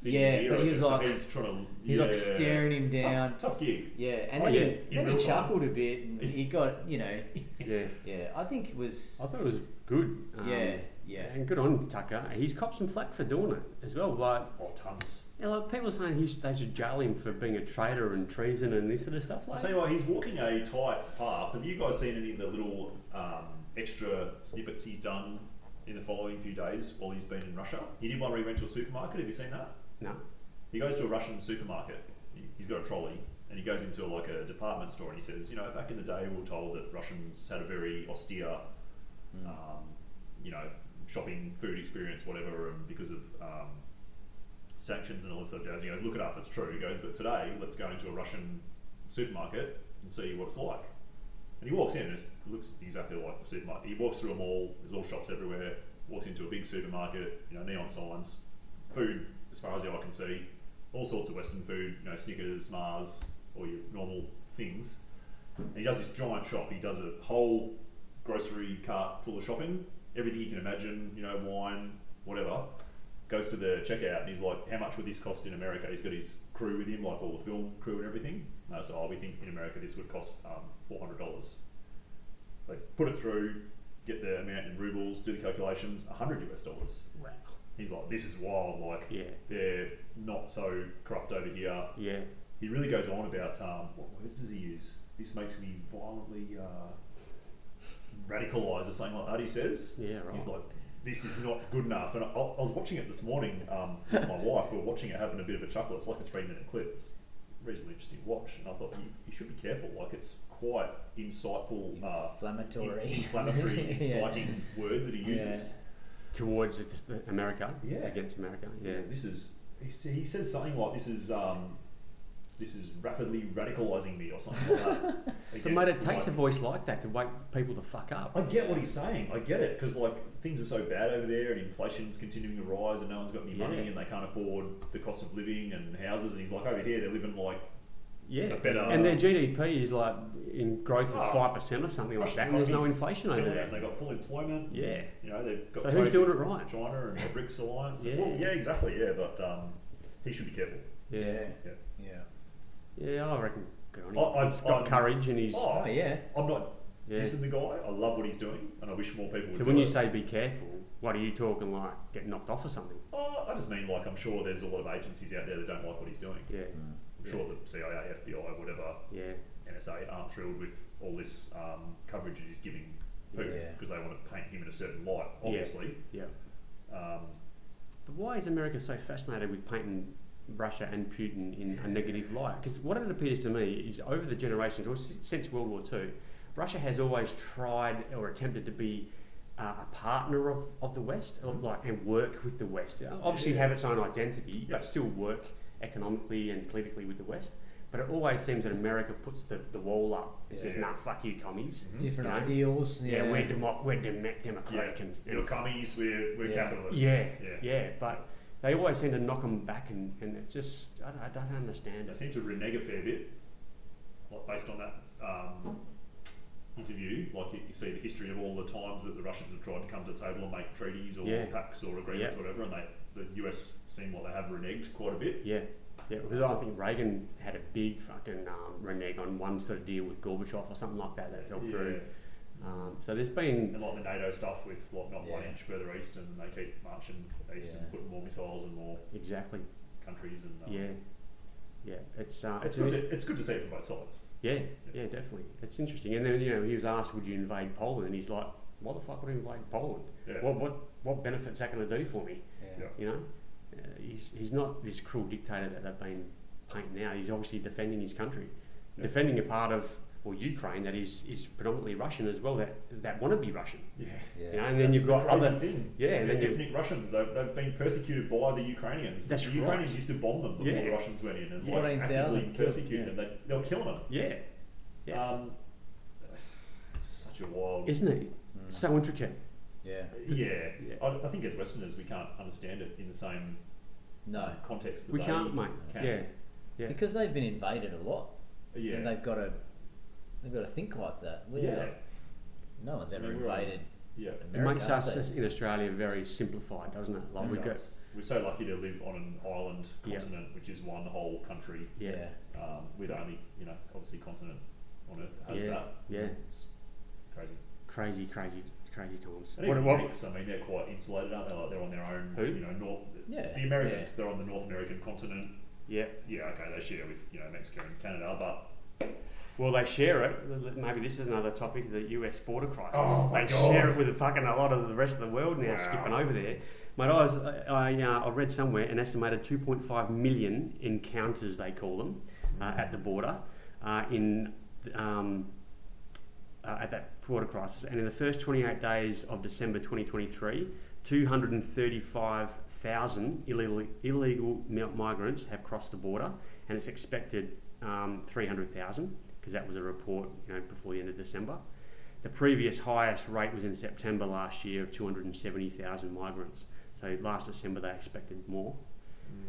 B: in
C: Yeah,
B: his ear,
C: but he
B: I
C: was
B: guess, so
C: like-
B: he's trying to.
C: He's like
B: yeah.
C: staring him
B: Tough-
C: down.
B: Tough, gig.
C: Yeah, and
B: Oh,
C: then,
B: yeah, in
C: he, then
B: real
C: he
B: life.
C: chuckled a bit, and he got. You know.
A: yeah,
C: Yeah, I think it was.
A: I thought it was good. Um,
C: yeah, yeah.
A: and good on Tucker. He's copped some flack for doing it as well. Like,
B: Oh, tons.
A: yeah, like people saying he should, they should jail him for being a traitor and treason and this sort of stuff.
B: I'll
A: Like,
B: tell you what, he's walking a tight path. Have you guys seen any of the little um, extra snippets he's done in the following few days while he's been in Russia? He did one where he went to a supermarket. Have you seen that?
A: no,
B: He goes to a Russian supermarket. He- He's got a trolley and he goes into like a department store and he says, you know, back in the day, we were told that Russians had a very austere, um, you know, shopping, food experience, whatever, and because of um, sanctions and all this sort of jazz. He goes, look it up, it's true. He goes, but today, let's go into a Russian supermarket and see what it's like. And he walks in and it looks exactly like the supermarket. He walks through a mall, there's all shops everywhere, walks into a big supermarket, you know, neon signs, food as far as the eye can see, all sorts of Western food, you know, Snickers, Mars, all your normal things. And he does this giant shop. He does a whole grocery cart full of shopping, everything you can imagine, you know, wine, whatever. Goes to the checkout and he's like, "How much would this cost in America?" He's got his crew with him, like all the film crew and everything. Uh, so oh, we think in America this would cost um, four hundred dollars. They put it through, get the amount in rubles, do the calculations, hundred US dollars.
A: wow,
B: He's like, "This is wild. Like
A: yeah,
B: they're not so corrupt over here."
A: yeah,
B: he really goes on about um, what words does he use? This makes me violently uh, radicalised, or something like that. He says.
A: Yeah, right.
B: He's like, this is not good enough. And I, I was watching it this morning um, with my wife. We were watching it, having a bit of a chuckle. It's like a three-minute clip. It's a reasonably interesting watch, and I thought you, you should be careful. Like it's quite insightful, uh,
C: Inflammatory.
B: inflammatory,
C: Yeah.
B: inciting words that he uses.
A: towards this- the America,
B: Yeah.
A: against America, yeah,
B: This is he, s- he says something like this is um, this is rapidly radicalising me or something like that.
A: But mate, it
B: Against,
A: takes a
B: like-
A: voice like that to wake people to fuck up.
B: I get what he's saying. I get it because like things are so bad over there, and inflation's continuing to rise, and no one's got any money,
A: Yeah.
B: and they can't afford the cost of living and houses. And he's like, over here, they're living like
A: Yeah,
B: a better-
A: and their GDP is like in growth
B: uh, Oh.
A: of five percent or something like
B: Russian
A: that, and there's no
B: economy's
A: inflation over
B: killing
A: there.
B: it. They got full employment.
A: Yeah.
B: you know they've got.
A: So who's
B: trade
A: doing it
B: with
A: right?
B: China and the BRICS alliance.
A: Yeah.
B: Well, yeah, exactly. Yeah, but um, he should be careful.
A: Yeah,
B: Yeah.
C: yeah.
A: yeah, I reckon. Good on him.
B: I- I-
A: he's got
B: I'm-
A: courage, and he's
B: Oh,
C: Oh yeah.
B: I'm not
A: yeah.
B: dissing the guy. I love what he's doing, and I wish more people would.
A: So
B: do
A: when you
B: it.
A: say be careful, what are you talking like? Get knocked off or something?
B: Oh, I just mean like I'm sure there's a lot of agencies out there that don't like what he's doing.
A: Yeah,
B: I'm sure the CIA, FBI, whatever,
A: yeah,
B: NSA aren't thrilled with all this um, coverage that he's giving Putin
C: Yeah.
B: because they want to paint him in a certain light, obviously.
A: yeah.
B: Um,
A: But why is America so fascinated with painting Russia and Putin in a negative light? Because what it appears to me is over the generations, or s- since World War II, Russia has always tried or attempted to be uh, a partner of, of the West or
B: Mm.
A: like, and work with the West. Uh, Obviously, have its own identity, but
B: Yes.
A: still work economically and politically with the West. But it always seems that America puts the, the wall up and says,
B: Yeah.
A: nah, fuck you, commies.
B: Mhm.
C: Different
A: Yeah.
C: ideals.
A: Yeah,
C: Yeah.
A: we're, demo- we're dem- democratic and, and
B: You're commies, we're, we're
C: Yeah.
B: capitalists.
A: yeah,
B: yeah.
A: yeah, But they always seem to knock them back, and, and it just I, don't- I don't understand
B: They
A: it.
B: seem to renege a fair bit, like based on that um, interview. Like you, you see the history of all the times that the Russians have tried to come to the table and make treaties or
A: Yeah.
B: pacts or agreements or whatever, and they, the US seem like they have reneged quite a bit.
A: Yeah, yeah. Because I think Reagan had a big fucking um, renege on one sort of deal with Gorbachev or something like that that fell through. Um, so there's been
B: And like the NATO stuff with like not one
C: Yeah.
B: inch further east, and they keep marching east
C: Yeah.
B: and putting more missiles and more
A: exactly,
B: countries. And um,
A: yeah, yeah. It's uh,
B: it's
A: an
B: good. To, it's good to see it from both sides.
A: Yeah, yeah, definitely. It's interesting. And then you know he was asked, "Would you invade Poland?" And he's like, why the fuck would he play Poland?
B: Yeah.
A: What what what benefit's that going to do for me?
B: Yeah.
A: You know, uh, he's he's not this cruel dictator that they've been painting out. He's obviously defending his country,
B: Yeah.
A: defending a part of well Ukraine that is is predominantly Russian as well that that want to be Russian.
B: Yeah.
A: You know,
C: Yeah.
A: and then
B: That's
A: you've got
B: the crazy
A: other
B: thing.
A: yeah, and
B: the
A: then you-
B: ethnic Russians. They've, they've been persecuted by the Ukrainians.
A: That's
B: the
A: right.
B: Ukrainians used to bomb them before
A: Yeah.
B: the Russians went in and
A: Yeah.
B: like,
C: 14,000
B: actively
C: killed,
B: persecuted
C: yeah.
B: them. They, they were killing them.
A: yeah, Yeah.
B: Um, it's such a wild.
A: isn't it?
B: Mm.
A: So intricate.
C: Yeah.
B: yeah,
A: Yeah.
B: I, I think as Westerners we can't understand it in the same
C: No.
B: context. That
A: We
B: they
A: can't, mate.
B: can.
A: Yeah, Yeah.
C: Because they've been invaded a lot.
B: yeah,
C: And they've got to they've got to think like that. We
B: yeah,
C: are- no one's ever
B: I mean, we're all-
C: invaded
B: yeah.
C: America.
A: it makes
C: have
A: us
C: they?
A: in Australia very simplified, doesn't it?
B: Mm.
A: Like
C: It
A: we go,
B: Us. We're so lucky to live on an island
A: Yeah.
B: continent, which is one whole country.
A: yeah,
C: yeah.
B: Um, we're the only, you know, obviously continent on Earth that has
A: Yeah.
B: that.
A: yeah,
B: It's crazy.
A: crazy, crazy, crazy times.
B: And
A: What,
B: even
A: what,
B: Greeks, I mean, they're quite insulated, aren't they? Like they're on their own.
A: Who?
B: You know, North.
C: Yeah,
B: The Americans, they're on the North American continent.
A: yeah.
B: Yeah, okay, they share with you know Mexico and Canada, but
A: Well, they share it. Maybe this is another topic: the U.S. border crisis.
B: Oh,
A: they
B: my God.
A: share it with a fucking a lot of the rest of the world now,
B: Wow.
A: skipping over there. Mate, I, was, I, I, uh, I read somewhere an estimated 2.5 million encounters, they call them, uh, at the border uh, in um, uh, at that border crisis. And in the first 28 days of December 2023, 235,000 illegal, illegal mi- migrants have crossed the border, and it's expected um, 300,000 because that was a report you know, before the end of December. The previous highest rate was in September last year of 270,000 migrants. So last December they expected more.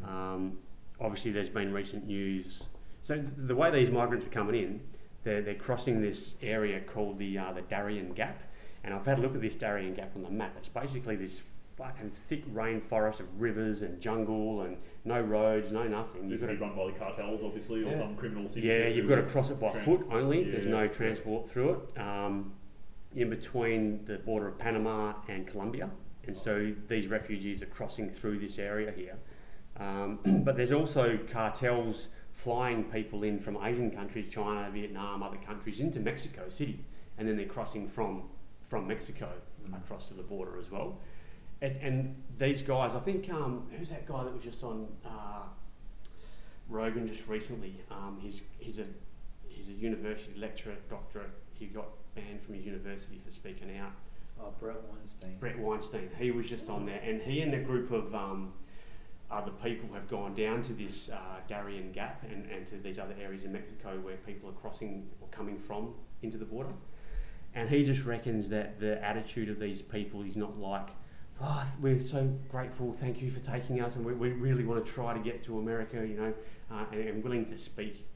A: Um, obviously, there's been recent news. So th- the way these migrants are coming in, they're, they're crossing this area called the uh, the Darien Gap, and I've had a look at this Darien Gap on the map. It's basically this fucking thick rainforest of rivers and jungle and no roads, no nothing.
B: this
A: You've
B: is
A: got to,
B: run by the cartels, obviously, or
C: Yeah.
B: some criminal syndicate.
A: yeah, you've
B: who-
A: got to cross it by
B: Trans-
A: foot only. There's no
B: Yeah.
A: transport through it. Um, in between the border of Panama and Colombia, and so these refugees are crossing through this area here. Um, but there's also cartels flying people in from Asian countries, China, Vietnam, other countries into Mexico City, and then they're crossing from from Mexico
B: Mm.
A: across to the border as well. And, and these guys, I think, um, who's that guy that was just on uh, Rogan just recently? Um, he's he's a he's a university lecturer, doctorate. He got banned from his university for speaking out.
D: Oh, Brett Weinstein.
A: Brett Weinstein. He was just on there, and he and a group of um, other people have gone down to this uh, Darien Gap and, and to these other areas in Mexico where people are crossing or coming from into the border. And he just reckons that the attitude of these people is not like, oh, th- we're so grateful, thank you for taking us, and we, we really want to try to get to America, you know, uh, and, and willing to speak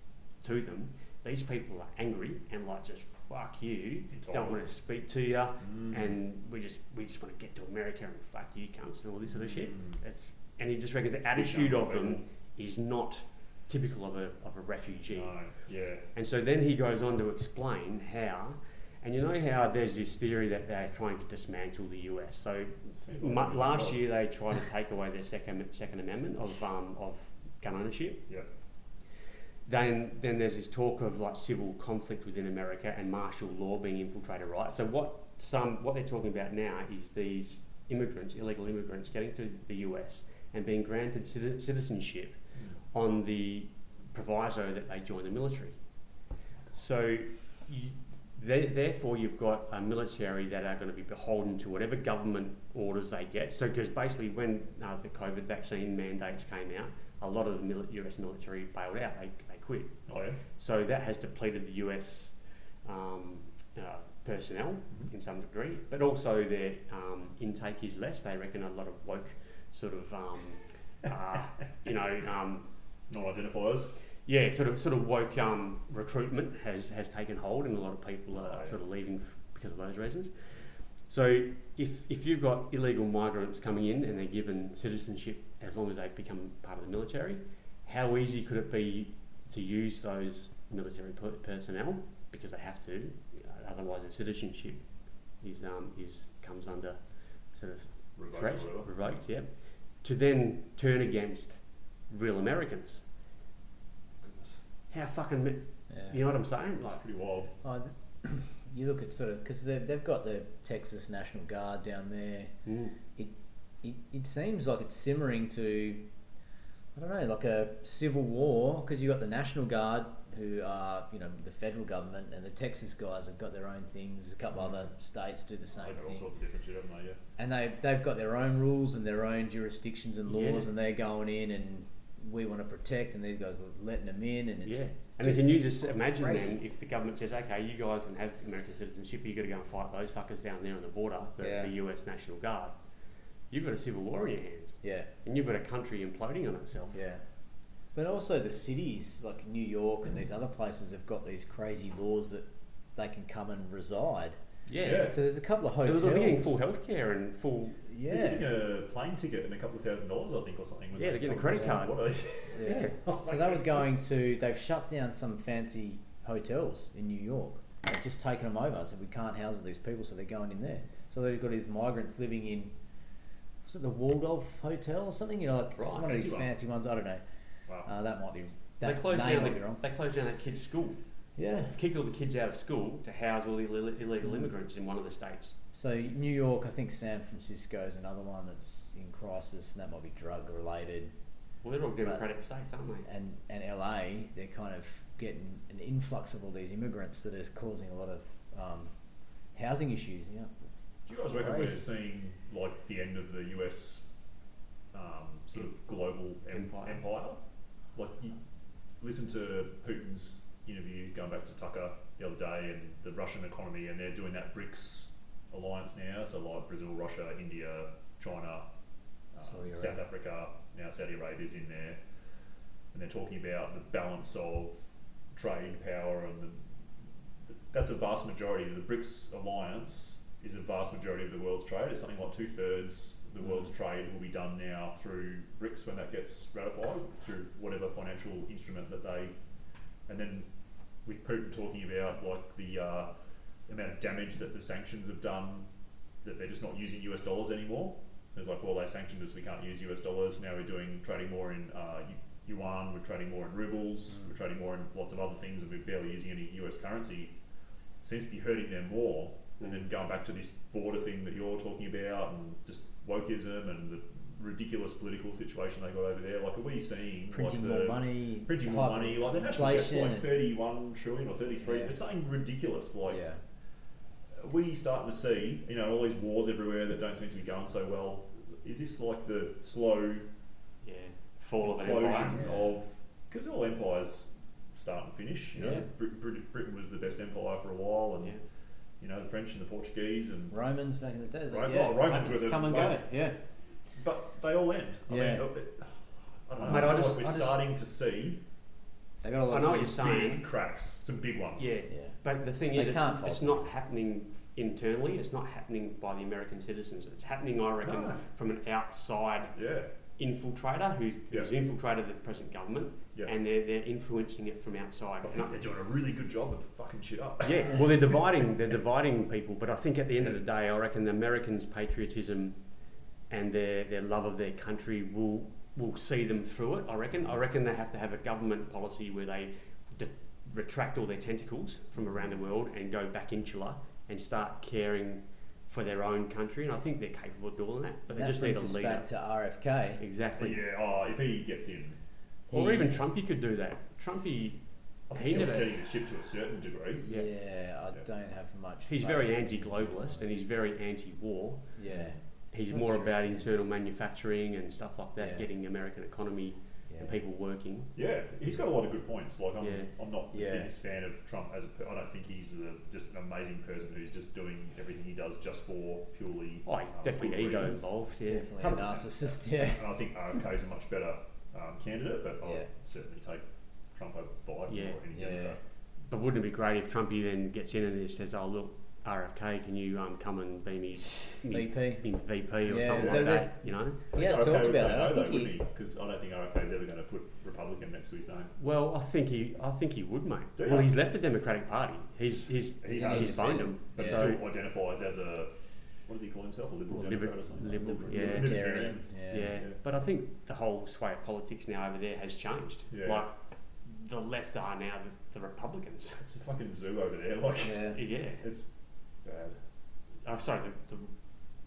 A: to them. These people are angry and like just fuck you, don't
B: Intolerant.
A: want to speak to you,
B: Mm.
A: and we just we just want to get to America and fuck you cunts and all this sort of shit.
B: Mm.
A: That's and he just reckons the attitude of them is not typical of a of a refugee.
B: No, yeah,
A: And so then he goes on to explain how, and you know how there's this theory that they're trying to dismantle the U.S. So
B: Seems like
A: mu
B: a good
A: last
B: job.
A: year they tried to take away their second second amendment of um, of gun ownership
B: Yep.
A: then then there's this talk of like civil conflict within America and martial law being infiltrated, right? So what some what they're talking about now is these immigrants, illegal immigrants, getting to the U.S. and being granted citi- citizenship on the proviso that they join the military. So, you, there therefore, you've got a military that are going to be beholden to whatever government orders they get. So, because basically, when uh, the COVID vaccine mandates came out, a lot of the mil- US military bailed out, they, they quit.
B: Oh yeah.
A: So, that has depleted the US um, uh, personnel in some degree, but also their um, intake is less. They reckon a lot of woke sort of, um, uh, you know, um,
B: Non-identifiers.
A: yeah, sort of sort of woke um, recruitment has has taken hold, and a lot of people are
B: Right.
A: sort of leaving f- because of those reasons. So if if you've got illegal migrants coming in and they're given citizenship as long as they become part of the military, how easy could it be to use those military per- personnel because they have to, uh, otherwise their citizenship is um, is comes under sort of
B: Revoked
A: threat,
B: or whatever.
A: revoked, yeah, to then turn against real Americans.
B: Goodness,
A: How fucking mi-
C: Yeah.
A: you know what I'm saying? Like,
B: Pretty wild.
C: Oh, th- you look at sort of because they've, they've got the Texas National Guard down there.
A: Mm.
C: It it seems like it's simmering to, I don't know, like a civil war because you got the National Guard who are you know the federal government and the Texas guys have got their own things. There's a couple
A: Mm.
C: other states do the same
B: They've got all
C: thing.
B: sorts of different shit, haven't they? Yeah.
C: and they they've got their own rules and their own jurisdictions and laws,
A: Yeah.
C: and they're going in and we want to protect, and these guys are letting them in, and it's
A: Yeah. I mean,
C: just
A: can you just imagine
C: crazy.
A: then if the government says, okay, you guys can have American citizenship, but you've got to go and fight those fuckers down there on the border, the,
C: Yeah.
A: the US National Guard. You've got a civil war in your hands,
C: yeah,
A: and you've got a country imploding on itself.
C: yeah. But also the cities like New York and these other places have got these crazy laws that they can come and reside.
B: Yeah.
C: So there's a couple of hotels.
A: They're getting full healthcare and full.
B: They're
C: yeah.
B: getting a plane ticket and a couple of thousand dollars, I think, or something. when
A: Yeah,
B: they
A: they're getting a
B: come
A: credit
B: down.
A: card.
B: What are they-
C: yeah.
B: Oh
C: So
B: my
C: they were
B: goodness.
C: going to. They've shut down some fancy hotels in New York. They've just taken them over and said we can't house all these people, so they're going in there. So they've got these migrants living in. Was it the Waldorf Hotel or something? You know, like
B: Right,
C: one of these
B: fancy one.
C: fancy ones. I don't know.
B: Wow.
C: Uh, that might be.
A: They
C: That
A: closed,
C: name
A: down
C: might be wrong.
A: the, they closed down that kid's school.
C: Yeah.
A: They kicked all the kids out of school to house all the illegal, illegal
C: Mm.
A: immigrants in one of the states.
C: So New York, I think San Francisco is another one that's in crisis, and that might be drug related.
A: Well, they're all democratic states, aren't they?
C: And and LA, they're kind of getting an influx of all these immigrants that are causing a lot of um, housing issues. Yeah.
B: Do you guys reckon we're
C: Crazy.
B: seeing like the end of the US um, sort of global em-
A: Empire.
B: empire? Like, you listen to Putin's interview going back to Tucker the other day and the Russian economy, and they're doing that BRICS alliance now. So, like Brazil, Russia, India, China,
C: Saudi
B: uh,
C: Arabia.
B: South Africa, now Saudi Arabia's in there. And they're talking about the balance of trade power and the that's a vast majority. The BRICS alliance is a vast majority of the world's trade. It's something like two thirds of the world's trade will be done now through BRICS when that gets ratified through whatever financial instrument that they. And then with Putin talking about like the uh, amount of damage that the sanctions have done, that they're just not using US dollars anymore. So it's like, well, they sanctioned us. We can't use US dollars. Now we're doing trading more in uh, yu- yuan. We're trading more in rubles. We're trading more in lots of other things, and we're barely using any US currency seems to be hurting them more. And then going back to this border thing that you're talking about, and just wokeism and the ridiculous political situation they got over there. Like, are we seeing
C: Printing
B: like the,
C: more money.
B: Printing more
C: hyper-
B: money. Like the national debt's
C: inflation
B: like
C: and-
B: 31 trillion or 33.
C: Yeah.
B: It's something ridiculous. Like,
C: yeah.
B: are we starting to see, you know, all these wars everywhere that don't seem to be going so well. Is this like the slow
A: Yeah. Fall of an empire.
B: implosion
C: Yeah.
B: of because all empires start and finish. You know,
C: Yeah.
B: Brit- Brit- Britain was the best empire for a while, and
A: Yeah.
B: you know the French and the Portuguese, and
C: Romans back in the day. it's Like,
B: Ro-
C: yeah,
B: oh, Romans
C: it's
B: were the
C: come and
B: most-
C: go. Yeah.
B: but they all end. I
C: Yeah.
B: mean, uh, it- I don't know.
A: Mate,
B: I
A: I
B: feel
A: just-
B: like
A: I
B: we're
A: just-
B: starting to see
C: They got a lot
A: I know
C: of
A: what you're saying.
B: big cracks, some big ones.
A: Yeah.
C: Yeah.
A: But the thing
C: They
A: is, it's,
C: can't fault
A: it's not happening internally. It's not happening by the American citizens. It's happening, I reckon,
B: No.
A: from an outside
B: yeah,
A: infiltrator who's, who's infiltrated the present government,
B: Yeah.
A: and they're, they're influencing it from outside.
B: But
A: And
B: I think
A: I-
B: they're doing a really good job of fucking shit up.
A: yeah, well, they're dividing. They're dividing people. But I think at the end of the day, I reckon the Americans' patriotism and their, their love of their country will will see them through it. I reckon. I reckon they have to have a government policy where they de- retract all their tentacles from around the world and go back insular and start caring for their own country. And I think they're capable of doing that. But they
C: And that
A: just need a
C: brings us
A: leader.
C: back to RFK.
A: Exactly.
B: yeah. Oh, if he gets in,
A: Or
C: He-
A: even Trumpy could do that. Trumpy, He
B: I think he'll
A: never-
B: steady the ship to a certain degree.
A: yeah.
C: Yeah. I
B: Yeah.
C: don't have much.
A: He's
C: faith.
A: very anti-globalist and he's very anti-war.
C: Yeah.
A: He's
C: That's
A: more
C: true.
A: about internal manufacturing and stuff like that,
C: Yeah.
A: getting the American economy
C: Yeah.
A: and people working.
B: Yeah, he's got a lot of good points. Like I'm,
A: Yeah.
B: I'm not the
C: Yeah.
B: biggest fan of Trump as a. Per- I don't think he's a, just an amazing person who's just doing everything he does just for purely.
A: Oh, he's
B: um,
A: definitely
B: good
A: ego
B: reasons.
A: involved. Yeah.
C: Definitely a
B: 100%.
C: narcissist. Yeah.
B: And I think RFK is a much better um, candidate, but I'll
C: Yeah.
B: certainly take Trump over Biden
A: Yeah.
B: or any
C: Yeah.
B: Democrat.
A: But wouldn't it be great if Trumpy then gets in and says, "Oh look, RFK, can you um, come and be me, me,
C: VP.
A: me VP or
C: Yeah,
A: something
C: that-
A: like
C: that's-
A: that?" You know.
C: He has
B: RFK
C: talked about
B: would say
C: that. I think
B: no, though,
C: he-
B: wouldn't he? Because I don't think RFK is ever going to put Republican next to his name.
A: Well, I think he, I think he would, mate.
B: Do
A: well,
B: you?
A: he's left the Democratic Party. He's he's
B: He
A: he's
B: has,
A: boned him.
B: but
C: Yeah.
A: So,
B: he still identifies as a what does he call himself? A liberal
A: Well,
B: Democrat
A: liber-
B: or something.
A: liber-
B: Liberal-
A: yeah.
B: libertarian.
A: yeah.
C: Yeah.
A: But I think the whole sway of politics now over there has changed.
B: Yeah.
A: Like the left are now the, the Republicans.
B: It's a fucking zoo over there. Like
C: Yeah.
A: Yeah.
B: it's bad.
A: Oh, sorry, the, the,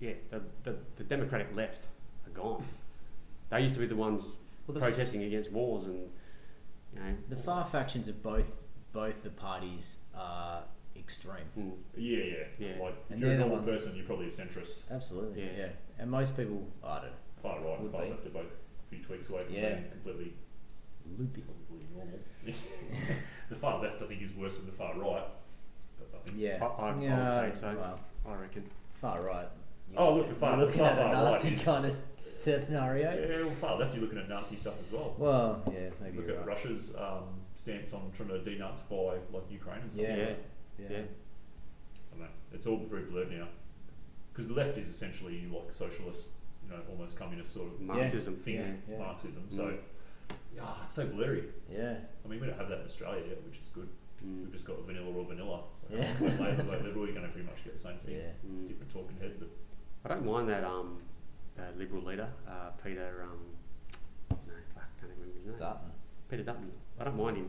A: yeah, the, the, the Democratic left are gone. They used to be the ones
C: Well, the, f-
A: protesting against wars and, you know.
C: the far factions of both both the parties are extreme.
A: Mm,
B: Yeah, yeah.
A: Yeah.
B: Like if
C: And
B: you're a
C: they're the
B: normal
C: ones-
B: person, you're probably a centrist,
C: Absolutely.
A: Yeah.
C: Yeah. And most people, I don't know,
B: far right and
C: Would
B: far
C: be.
B: left are both a few tweaks away from
C: Yeah.
B: being completely
C: loopy.
B: probably normal. the far left, I think, is worse than the far right. But I think
A: I,
C: Yeah.
A: I, I
C: yeah.
A: would say so,
C: Well,
A: I reckon.
C: far right.
B: Oh, look, the far-
C: You're looking
B: the
C: at
B: far
C: a
B: right
C: Nazi
B: is-
C: kind of scenario.
B: Yeah, well, far left, you're looking at Nazi stuff as well.
C: Well, yeah, maybe
B: Look
C: you're
B: at
C: right.
B: Russia's um, stance on trying to denazify like Ukraine and stuff.
C: Yeah.
A: Yeah.
C: Yeah.
A: Yeah.
B: I don't know. It's all very blurred now because the left is essentially like socialist, you know, almost communist sort of
A: Marxism.
B: think
C: Yeah, yeah. Mm.
B: Marxism. So yeah, it's so blurry.
C: Yeah.
B: I mean, we don't have that in Australia yet, which is good. We've
A: Mm,
B: just got vanilla or vanilla. So
C: Yeah.
B: like Labor, like Liberal, you're going to pretty much get the same thing.
C: Yeah.
A: mm.
B: Different talking head, but
A: I don't mind that um, uh, Liberal leader, uh, Peter. Um, what's his name? Fuck, can't even remember his name.
C: Dartmouth.
A: Peter Dutton. I don't mind him.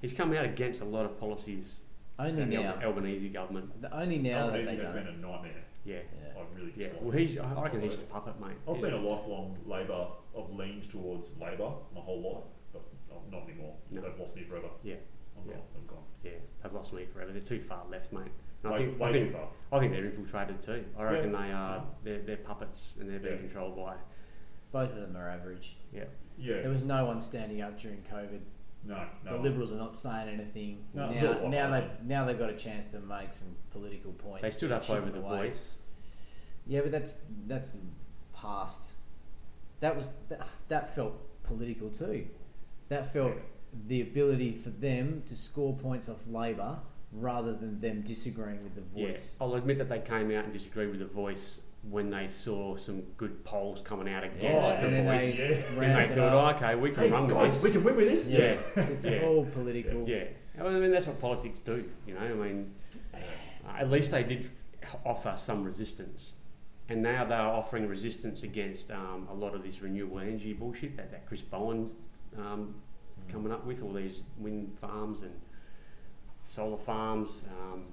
A: He's come out against a lot of policies
C: Only
A: in the
C: now.
A: Al- Albanese government.
C: The only now that
B: Albanese
C: they
B: has been
C: don't.
B: a nightmare.
A: Yeah,
C: Yeah.
B: I really
A: yeah.
B: dislike.
A: Well,
B: him.
A: he's. I I reckon he's just a puppet, mate.
B: I've
A: He's-
B: been a lifelong Labor. I've leaned towards Labor my whole life, but not- not anymore.
A: No.
B: They've lost me forever.
A: Yeah.
B: I'm
A: Yeah.
B: gone. I'm gone.
A: Yeah, they've lost me forever. They're too far left, mate. And I
B: way,
A: think,
B: way
A: I
B: too
A: think,
B: far.
A: I think they're infiltrated too. I reckon
B: Yeah.
A: they are. They're, they're puppets and they're being
B: Yeah.
A: controlled by.
C: Both of them are average.
B: Yeah.
C: There was no one standing up during COVID.
B: No. No.
C: The Liberals are not saying anything.
B: No, it's all
C: now,
B: white
C: now
B: guys.
C: they've now they've got a chance to make some political points.
A: They stood
C: that
A: up over
C: shouldn't
A: the
C: have.
A: voice.
C: Yeah, but that's that's past. That was that, that felt political too. That felt the ability for them to score points off Labor rather than them disagreeing with the voice.
A: Yes, I'll admit that they came out and disagreed with the voice when they saw some good polls coming out against
B: Yeah,
A: Oh, the
C: and then
A: voice.
B: yeah.
C: they
A: Then they
C: ramped it up.
A: thought, "Oh, okay, we can
B: Hey,
A: run with
B: guys,
A: this.
B: we can win with this.
A: yeah,
C: It's
A: Yeah.
C: all political.
A: yeah. I mean, that's what politics do. You know, I mean, uh, at least they did offer some resistance, and now they are offering resistance against um, a lot of this renewable energy bullshit that, that Chris Bowen um, coming up with all these wind farms and solar farms. Um,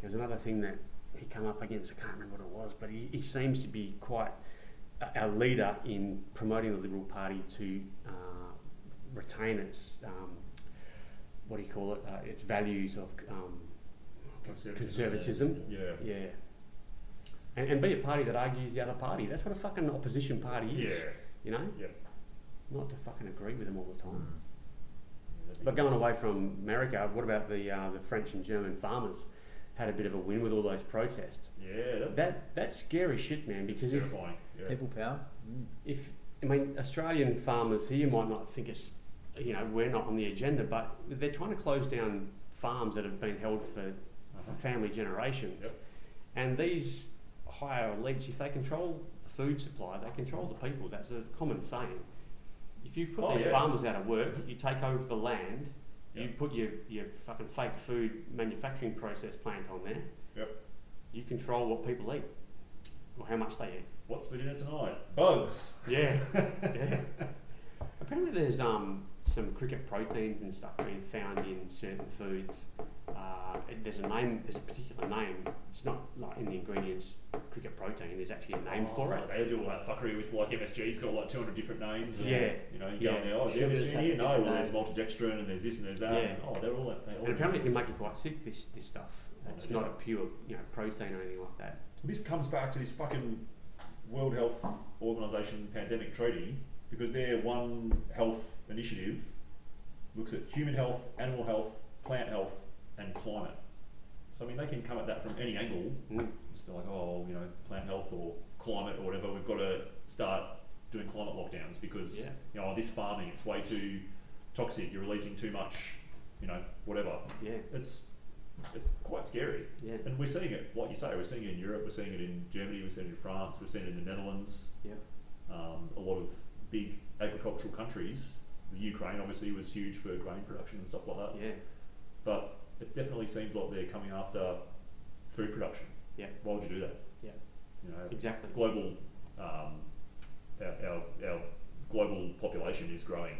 A: there was another thing that he came up against. I can't remember what it was, but he, he seems to be quite a, a leader in promoting the Liberal Party to uh, retain its um, what do you call it? Uh, its values of um, conservatism.
B: Yeah.
A: Yeah. And, and be a party that argues the other party. That's what a fucking opposition party
B: Yeah.
A: is. You know,
B: Yeah.
A: not to fucking agree with them all the time.
C: Mm.
A: But going away from America, what about the uh, the French and German farmers? Had a bit of a win with all those protests.
B: Yeah. That,
A: That that's scary shit, man.
B: it's
A: Because if,
B: terrifying. Yeah.
C: People power. Mm.
A: if I mean Australian farmers here might not think it's you know we're not on the agenda, but they're trying to close down farms that have been held for, for family generations,
B: Uh-huh. Yep.
A: and these higher elites, if they control the food supply, they control the people. That's a common saying. If you put
B: Oh,
A: these
B: yeah.
A: farmers out of work, you take over the land. You
B: Yep.
A: put your, your fucking fake food manufacturing process plant on there.
B: Yep.
A: You control what people eat or how much they eat.
B: What's for dinner tonight? Bugs.
A: Yeah, yeah. Apparently, there's um some cricket proteins and stuff being found in certain foods. Uh, it- there's a name, there's a particular name. It's not like in the ingredients cricket protein. There's actually a name for it.
B: They do all that fuckery with like MSG's got like 200 different names. And,
A: Yeah.
B: You know, you go
A: Yeah.
B: in there, oh, is
C: Sugars
B: MSG
C: have
B: here? No, well,
C: different
B: there's maltodextrin and there's this and there's that.
A: Yeah.
B: And, oh, they're all that. They all
A: And apparently, it can make you quite sick. This this stuff.
B: Oh,
A: It's
B: yeah.
A: not a pure you know protein or anything like that.
B: This comes back to this fucking World Health Organization pandemic treaty because their one health initiative looks at human health, animal health, plant health, and climate. So I mean, they can come at that from any angle.
A: Mm.
B: Just be like, oh, you know, plant health or climate or whatever. We've got to start doing climate lockdowns because
A: Yeah.
B: you know this farming it's way too toxic. You're releasing too much, you know, whatever.
A: Yeah,
B: It's it's quite scary.
A: yeah,
B: And we're seeing it, like you say, we're seeing it in Europe, we're seeing it in Germany, we're seeing it in France, we're seeing it in the Netherlands.
A: yeah.
B: Um, a lot of big agricultural countries. The Ukraine obviously was huge for grain production and stuff like that.
A: Yeah,
B: But it definitely seems like they're coming after food production.
A: Yeah.
B: Why would you do that?
A: Yeah.
B: You know,
A: exactly.
B: global, um, our, our, our global population is growing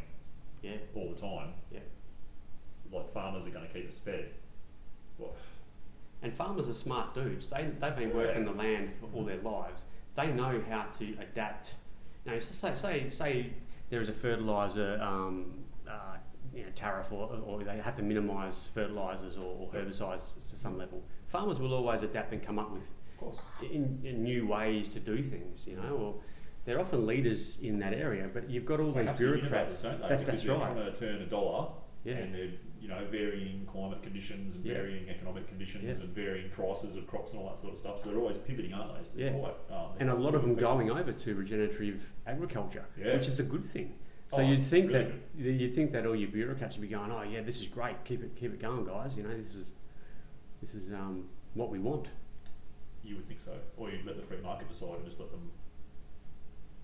E: Yeah.
B: all the time.
E: Yeah.
B: Like farmers are going to keep us fed. Well,
A: And farmers are smart dudes. They, they've been working the land for all their lives. They know how to adapt. You know, so say, say, say there is a fertilizer um, uh, you know, tariff or, or they have to minimise fertilisers or, or herbicides to some level. Farmers will always adapt and come up with
B: of course.
A: in, in new ways to do things, you know, or they're often leaders in that area, but you've got all
B: They
A: these
B: have to
A: bureaucrats.
B: innovate, don't they?
A: That's,
B: because
A: that's
B: they're
A: right.
B: trying to turn a dollar
A: Yeah.
B: and they're you know varying climate conditions and
A: Yeah.
B: varying economic conditions
A: Yeah.
B: and varying prices of crops and all that sort of stuff. So they're always pivoting, aren't they? So they're
A: Yeah.
B: quite, um,
A: and a lot of them
B: people-
A: going over to regenerative agriculture,
B: Yeah.
A: which is a good thing. So
B: Oh,
A: you'd
B: it's
A: think
B: really
A: that you'd think that all your bureaucrats would be going, "Oh yeah, this is great. Keep it keep it going, guys. You know, this is this is um, what we want."
B: You would think so, or you'd let the free market decide and just let them.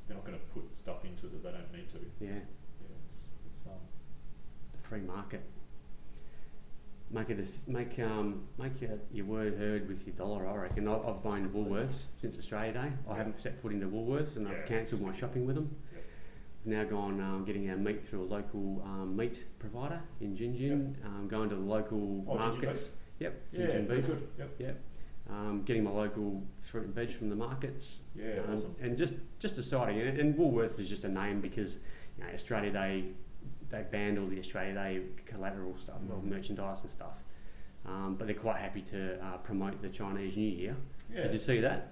B: They're not going to put stuff into that they don't need to. Yeah,
A: Yeah,
B: it's, it's um,
A: the free market. Make it a s make um, make your, your word heard with your dollar. I reckon. I've, I've been to Woolworths since Australia Day. I haven't set foot into Woolworths, and
B: Yeah.
A: I've cancelled my shopping with them.
B: Yep.
A: I've now gone um, getting our meat through a local um, meat provider in Gingin. Um, going to the local
B: oh, did you
A: markets.
B: guys-
A: Yep,
B: Yeah,
A: Gingin
B: very
A: beef.
B: good. Yep.
A: um, getting my local fruit and veg from the markets,
B: Yeah,
A: um,
B: awesome.
A: and just just deciding. And, and Woolworths is just a name because you know, Australia Day they banned all the Australia Day collateral stuff, well
B: Mm.
A: merchandise and stuff. Um, but they're quite happy to uh, promote the Chinese New Year.
B: Yeah.
A: Did you see that?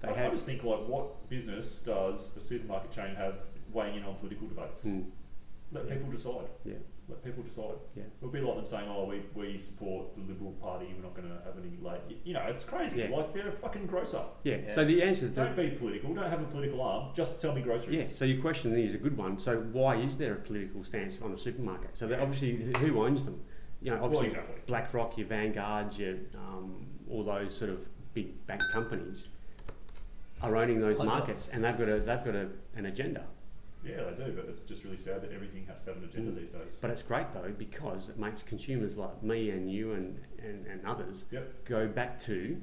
A: They
B: I, I
A: had.
B: just think like, what business does a supermarket chain have weighing in on political debates?
A: Mm,
B: Let
A: Yeah.
B: people decide.
A: Yeah.
B: Let people decide.
A: Yeah.
B: It'll be like them saying, "Oh, we, we support the Liberal Party. We're not going to have any like, y- you know, it's crazy.
A: Yeah.
B: Like they're a fucking grocer.
A: yeah.
E: Yeah.
A: So the answer to
B: Don't be political. Don't have a political arm. Just sell me
A: Yeah,
B: groceries.
A: so your question is a good one. So why is there a political stance on a supermarket? So that obviously, who owns them? You know,
B: Well,
A: obviously
B: exactly.
A: BlackRock, your Vanguards, your um, all those sort of big bank companies are owning those
C: Like
A: markets, and they've got a they've got a, an agenda.
B: Yeah, they do. But it's just really sad that everything has to have an agenda
A: Mm.
B: these days.
A: But it's great though because it makes consumers like me and you and, and, and others
B: Yep.
A: go back to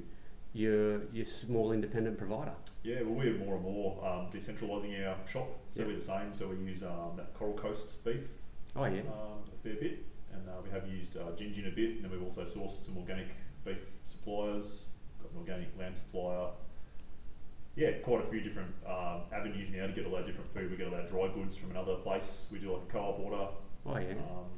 A: your your small independent provider.
B: Yeah, well, we're more and more um, decentralising our shop. So
A: Yeah.
B: we're the same. So we use um, that Coral Coast beef
A: Oh yeah,
B: um, a fair bit, and uh, we have used uh, Gingin a bit, and then we've also sourced some organic beef suppliers, got an organic lamb supplier. Yeah, quite a few different um, avenues now to get all our different food. We get all our dry goods from another place. We do like a co-op order.
A: oh yeah,
B: Um,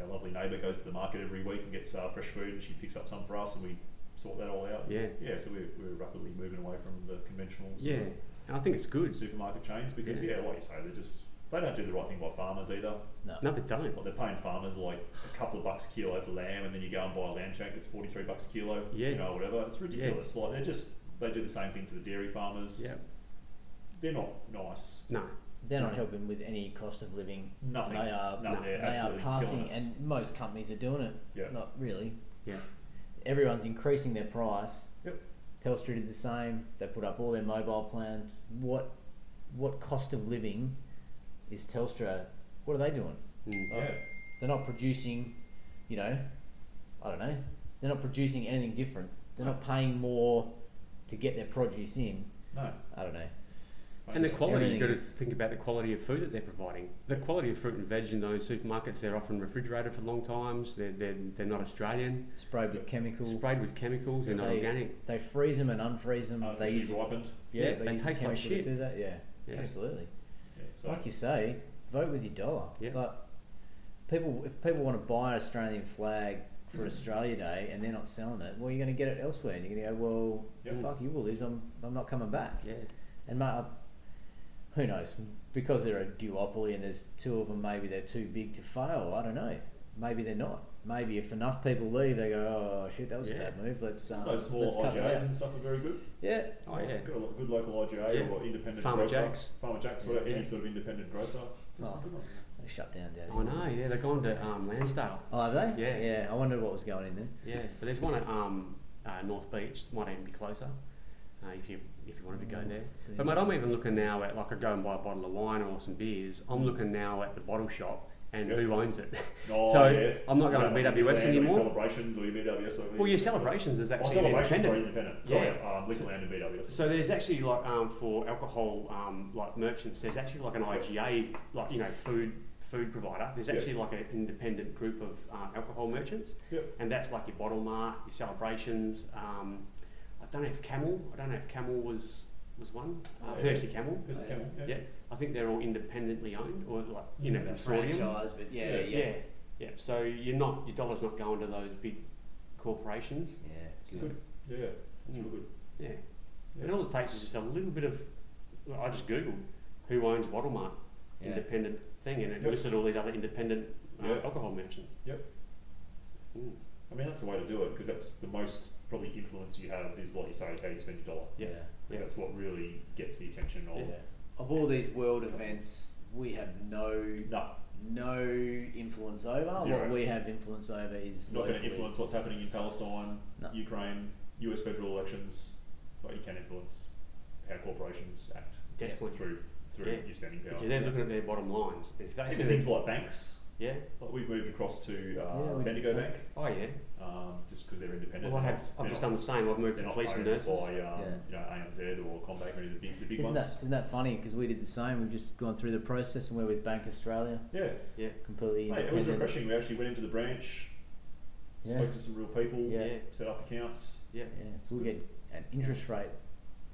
B: our lovely neighbour goes to the market every week and gets uh, fresh food, and she picks up some for us, and we sort that all out.
A: yeah,
B: Yeah, so we're, we're rapidly moving away from the conventional sort
A: yeah.
B: of
A: And I think it's good.
B: supermarket chains because,
A: Yeah.
B: yeah. like you say, they just they don't do the right thing by farmers either.
A: No, they don't.
B: Like they're paying farmers like a couple of bucks a kilo for lamb, and then you go and buy a lamb shank that's forty three bucks a kilo.
A: Yeah.
B: you know whatever. It's ridiculous. Like they're just they do the same thing to the dairy farmers.
A: Yeah,
B: they're not nice.
A: no.
C: They're not helping with any cost of living.
B: Nothing.
C: They are
B: no,
A: no,
B: they're
C: they are
B: absolutely
C: passing,
B: killing us.
C: and most companies are doing it.
B: Yeah.
C: Not really.
A: Yeah.
C: Everyone's increasing their price.
B: Yep.
C: Telstra did the same. They put up all their mobile plans. What what cost of living is Telstra? What are they doing?
A: Mm.
B: yeah,
C: They're not producing, you know, I don't know. They're not producing anything different. They're not paying more to get their produce in.
B: no.
C: I don't know.
B: it's
A: And the
B: basically-
A: quality, you've got to
C: everything is-
A: think about the quality of food that they're providing. The quality of fruit and veg in those supermarkets, they're often refrigerated for long times, they're, they're, they're not Australian,
C: Sprayed with chemicals.
A: sprayed with chemicals, they're not
C: They-
A: organic.
C: They freeze them and unfreeze them. they
B: artificially
C: use
B: ripened.
C: yeah,
A: Oh, Yeah,
C: they,
A: they
C: use the
A: taste like
C: chemical to
A: shit.
C: do that. Yeah,
A: Yeah.
C: absolutely.
B: Yeah, so
C: Like you say, vote with your dollar.
A: Yeah.
C: Like people, if people want to buy an Australian flag
A: Mm-hmm.
C: for Australia Day and they're not selling it, well, you're going to get it elsewhere, and you're going to go, well,
B: Yep.
C: fuck you, Woolies, I'm I'm not coming back.
A: Yeah,
C: And mate, I- who knows? Because they're a duopoly and there's two of them, maybe they're too big to fail. I don't know. Maybe they're not. Maybe if enough people leave, they go, oh shit, that was a
A: Yeah.
C: bad move. Let's um,
B: those small
C: let's cut it
B: IGAs
C: out.
B: and stuff are very good.
C: Yeah,
A: oh yeah.
B: Got a lo- good local IGA
A: Yeah.
B: or independent
A: Farmer
B: grocer.
A: Jack's.
B: Farmer Jack's,
A: Yeah.
B: whatever,
A: Yeah.
B: any sort of independent grocer. That's
C: Oh.
B: a good one.
C: they shut down down.
A: I know, yeah, they're going to um, Lansdale.
C: Oh, have they?
A: Yeah.
C: Yeah. I wondered what was going in there.
A: Yeah, but there's one at um, uh, North Beach, might even be closer uh, if, you, if you wanted to go there. But mate, I'm even looking now at like I go and buy a bottle of wine or some beers. I'm looking now at the bottle shop, and
B: Yep.
A: who owns it.
B: Oh,
A: So,
B: yeah.
A: I'm not
B: You
A: going to
B: don't want
A: BWS
B: Land or your
A: anymore.
B: Celebrations or your BWS over
A: Well, your celebrations is
B: Oh,
A: actually an
B: celebrations are
A: independent.
B: independent. Sorry,
A: Yeah.
B: yeah. um, Liquor Land and BWS.
A: So there's actually like um, for alcohol um, like merchants, there's actually like an IGA like you know food food provider. There's
B: Yeah.
A: actually like an independent group of uh, alcohol merchants,
B: Yep.
A: and that's like your bottle mart, your celebrations. Um, I don't know if Camel. I don't know if Camel was was one. Uh,
B: Oh, yeah.
A: Thirsty Camel.
B: There's a camel, yeah.
A: Yeah. I think they're all independently owned or like you know
C: Like a
A: consortium.
C: franchise, but yeah,
B: Yeah,
C: yeah,
A: Yeah. yeah, So you're not your dollar's not going to those big corporations.
C: Yeah,
B: It's
A: Yeah.
B: good. Yeah, yeah. It's
A: Mm.
B: real good.
A: Yeah.
B: Yeah.
A: And all it takes is just a little bit of. well, I just googled who owns Wattle Mart,
C: yeah.
A: independent thing, and it
B: Yep.
A: listed all these other independent uh,
B: Yeah.
A: alcohol merchants.
B: Yep.
A: Mm.
B: I mean, that's the way to do it because that's the most probably influence you have is like you say how you spend your dollar.
A: Yeah.
B: Because that's what really gets the attention of.
A: Yeah.
C: Of all these world events, we have no
B: No,
C: no influence over.
B: Zero.
C: What we have influence over is
B: it's not going to
C: locally.
B: influence what's happening in Palestine,
C: No.
B: Ukraine, US federal elections. But you can influence how corporations act
A: Definitely.
B: through through
A: Yeah.
B: your spending power.
A: Because they're
C: Yeah.
A: looking at their bottom lines. If they
B: Even things like banks.
A: yeah.
B: Like we've moved across to uh,
C: Yeah, we did
B: Bendigo
C: some-
B: Bank
A: Oh yeah.
B: um, just because they're independent.
A: Well, I
B: They're
A: have.
B: not-
A: I've
B: they're
A: just
B: not-
A: done the same. I've moved
B: they're
A: to
B: not
A: police and
B: owned
A: nurses.
B: By, um,
C: Yeah.
B: you know, ANZ or Combank or any of the big, the big
C: Isn't that
B: ones.
C: isn't that funny? Because we did the same. We've just gone through the process, and we're with Bank Australia,
B: Yeah.
C: completely
B: Mate,
C: independent.
B: it was refreshing. We actually went into the branch,
C: Yeah.
B: spoke to some real people,
A: Yeah.
C: Yeah.
A: Yeah.
B: set up accounts.
A: yeah.
C: Yeah, so we get an interest rate